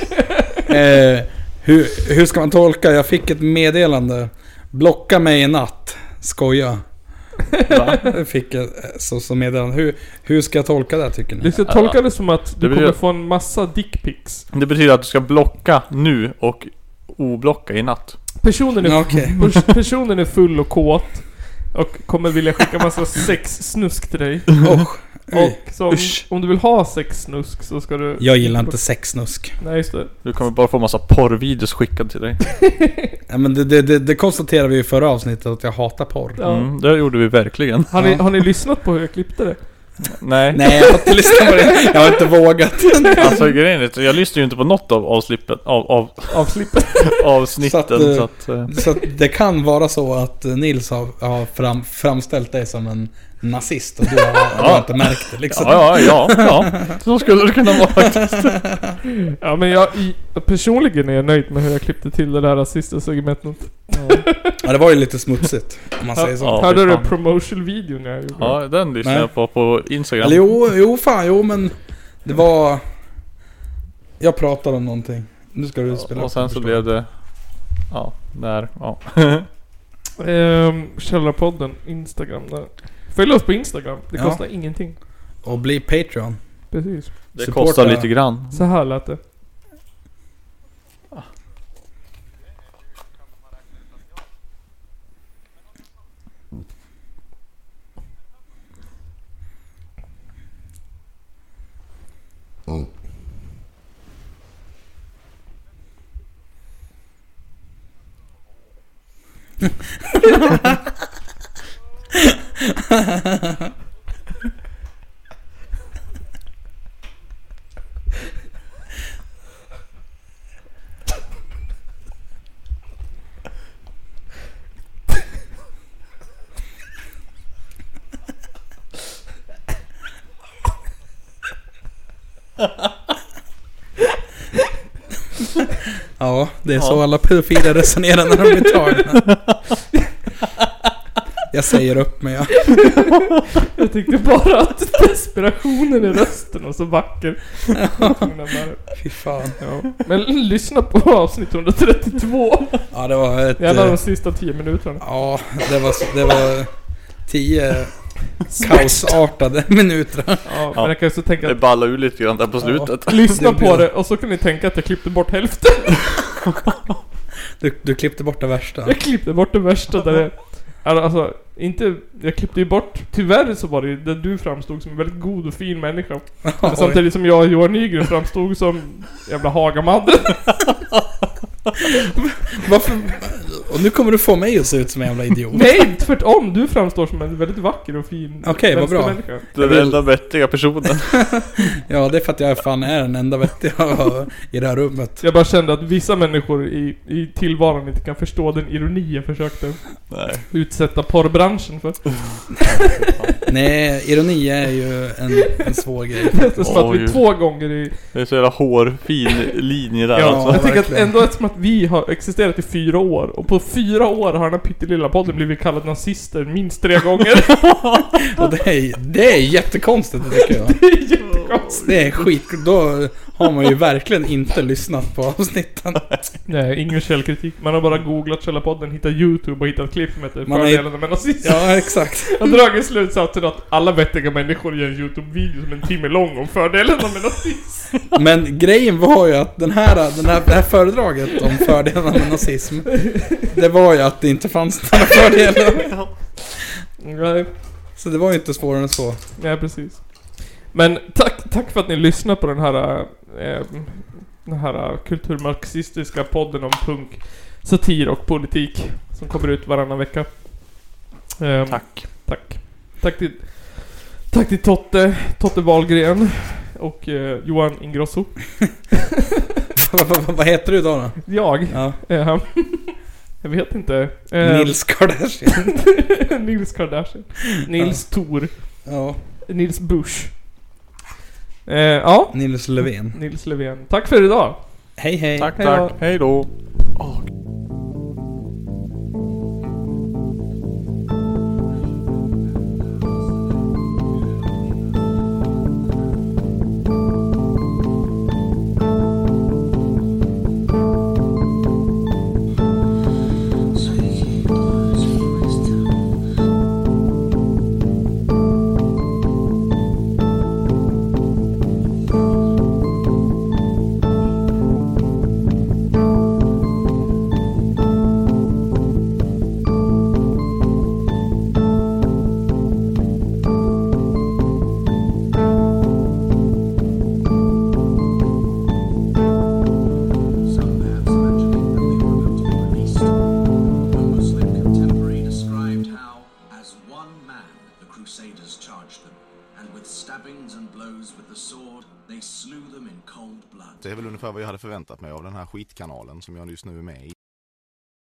S1: Eh, hur, hur ska man tolka? Jag fick ett meddelande. Blocka mig i natt. Skoja.
S3: Va?
S1: Det Fick jag eh, så, så meddelande. Hur, hur ska jag tolka det tycker ni?
S2: Du ska tolka det som att du
S3: Det
S2: kommer
S3: betyder-
S2: få en massa dickpics.
S3: Det betyder att du ska blocka nu och oblocka i natt.
S2: Personen, är-
S1: Ja, okej.
S2: pers- personen är full och kåt. Och kommer vilja skicka massa sexsnusk till dig.
S1: Och, oj.
S2: Och så om,
S3: usch.
S2: om du vill ha sexsnusk så ska du...
S1: jag gillar inte sexsnusk.
S2: Nej just det.
S3: Du kommer bara få massa porrvideos skickade till dig.
S1: Ja, men det, det, det, det konstaterade vi i förra avsnittet att jag hatar porr.
S2: Ja.
S3: Mm, det gjorde vi verkligen.
S2: Har, ni,
S1: Ja.
S2: har ni lyssnat på hur jag klippte det?
S3: Nej.
S1: Nej, jag har inte lyssnat på det. Jag har inte vågat.
S3: Alltså grejen är att jag lyssnar ju inte på något av avslippen, av, av
S2: Avslippet?
S1: Så
S3: avsnitten
S1: att,
S3: så
S1: eh,
S3: att... Så eh,
S1: Så att det kan vara så att Nils har, har fram, framställt dig som en nazist och du har, du har inte märkt det liksom.
S3: ja, ja, ja, ja. Så skulle det kunna vara faktiskt.
S2: Ja men jag... I, personligen är jag nöjd med hur jag klippte till det där sista segmentet.
S1: Ja, det var ju lite smutsigt om man säger så.
S3: Ja,
S2: Hörde
S3: fy
S2: du
S3: fan.
S2: promotion-videon jag gjorde?
S3: Ja, den lyssnar
S1: Nej.
S3: jag på på Instagram.
S1: Eller jo, jo fan, jo men det var... Jag pratade om någonting. Nu ska du spela
S3: och
S1: upp
S3: sen
S1: den,
S3: så
S1: förstår
S3: blev
S1: jag.
S3: det... Ja, där. Ja.
S2: Ehm, Källarpodden, Instagram där. Följ oss på Instagram, det
S1: Ja.
S2: kostar ingenting.
S1: Och bli Patreon.
S2: Precis.
S3: Det
S1: Supporta-
S3: kostar lite grann.
S2: Så här lät det.
S1: Ja, det är så
S3: Ja.
S1: alla pedofiler resonerar när de blir tagna. Jag säger upp mig. ja.
S2: Jag tyckte bara att desperationen i rösten var så vacker. Jag tog den där.
S1: Fy fan.
S2: Ja. Men lyssna på avsnitt 132.
S1: Ja, det var ett...
S2: Det är en av de
S1: eh,
S2: sista 10 minuterna.
S1: Ja, det var, det var tio kaosartade minuter.
S2: Ja,
S3: Ja.
S2: Men jag kan också tänka
S3: Det
S2: att
S3: ballar ur lite grann där på slutet.
S2: lyssna
S1: det blir-
S2: på det och så kan ni tänka att jag klippte bort hälften.
S1: Du, du klippte bort det värsta.
S2: Jag klippte bort det värsta där det... Alltså, inte... Jag klippte ju bort... Tyvärr så var det ju där du framstod som en väldigt god och fin människa. Men samtidigt som jag och Johan Nygren framstod som jävla Hagamannen.
S1: Varför? Och nu kommer du få mig att se ut som en jävla idiot.
S2: Nej, tvärtom! Du framstår som en väldigt vacker och fin
S1: Okej, vad bra.
S2: vänstermänniska.
S3: Den
S1: vill-
S3: enda vettiga personen.
S1: Ja, det är för att jag fan är den enda vettiga i det här rummet.
S2: Jag bara kände att vissa människor i, i tillvaron inte kan förstå den ironi jag försökte
S3: Nej.
S2: utsätta porrbranschen för.
S1: Nej, ironi är ju en, en svår grej.
S2: Det är som att vi
S3: Oj.
S2: två gånger i...
S3: Det är så jävla hårfin linje där
S1: Ja.
S3: alltså.
S2: jag tänker att
S1: verkligen.
S2: ändå eftersom att vi har existerat i fyra år och på fyra år har den här pyttelilla podden blivit kallad nazister minst tre gånger.
S1: Och det är, det är jättekonstigt det tycker jag.
S2: Det är jättekonstigt.
S1: Det är skit. Då har man ju verkligen inte lyssnat på avsnitten.
S2: Nej, ingen källkritik. Man har bara googlat Källarpodden, hittat YouTube och hittat klipp med
S1: Man har-
S2: fördelarna med nazister.
S1: Ja, exakt.
S2: Jag har dragit slutsatsen att alla vettiga människor gör en YouTube-video som en timme lång om fördelarna med nazism.
S1: Men grejen var ju att den här, den här, det här föredraget om fördelarna med nazism, det var ju att det inte fanns några fördelar.
S2: Nej,
S1: Så det var ju inte svårare än så.
S2: nej precis. Men tack, tack för att ni lyssnar på den här, eh, den här eh, kulturmarxistiska podden om punk, satir och politik. Som kommer ut varannan vecka. Ehm,
S3: Tack.
S2: Tack. Tack till, tack till Totte, Totte Wahlgren och eh, Johan Ingrosso.
S1: Vad- vad- vad- Vad heter du idag då?
S2: Jag.
S1: Ja.
S2: Eh, jag vet inte. Eh,
S1: Nils Kardashian.
S2: Nils Kardashian. Nils Thor.
S1: Ja,
S2: Nils Bush. Eh, ja.
S1: Nils Löfven.
S2: Nils Löfven. Tack för idag.
S1: Hej hej.
S3: Tack,
S2: Hej då.
S3: tack. Hej då.
S8: crusaders charged them, and with stabbings and blows with the sword, they slew them in cold blood.
S9: Det är väl ungefär vad jag hade förväntat mig av den här skitkanalen som jag just nu är med i.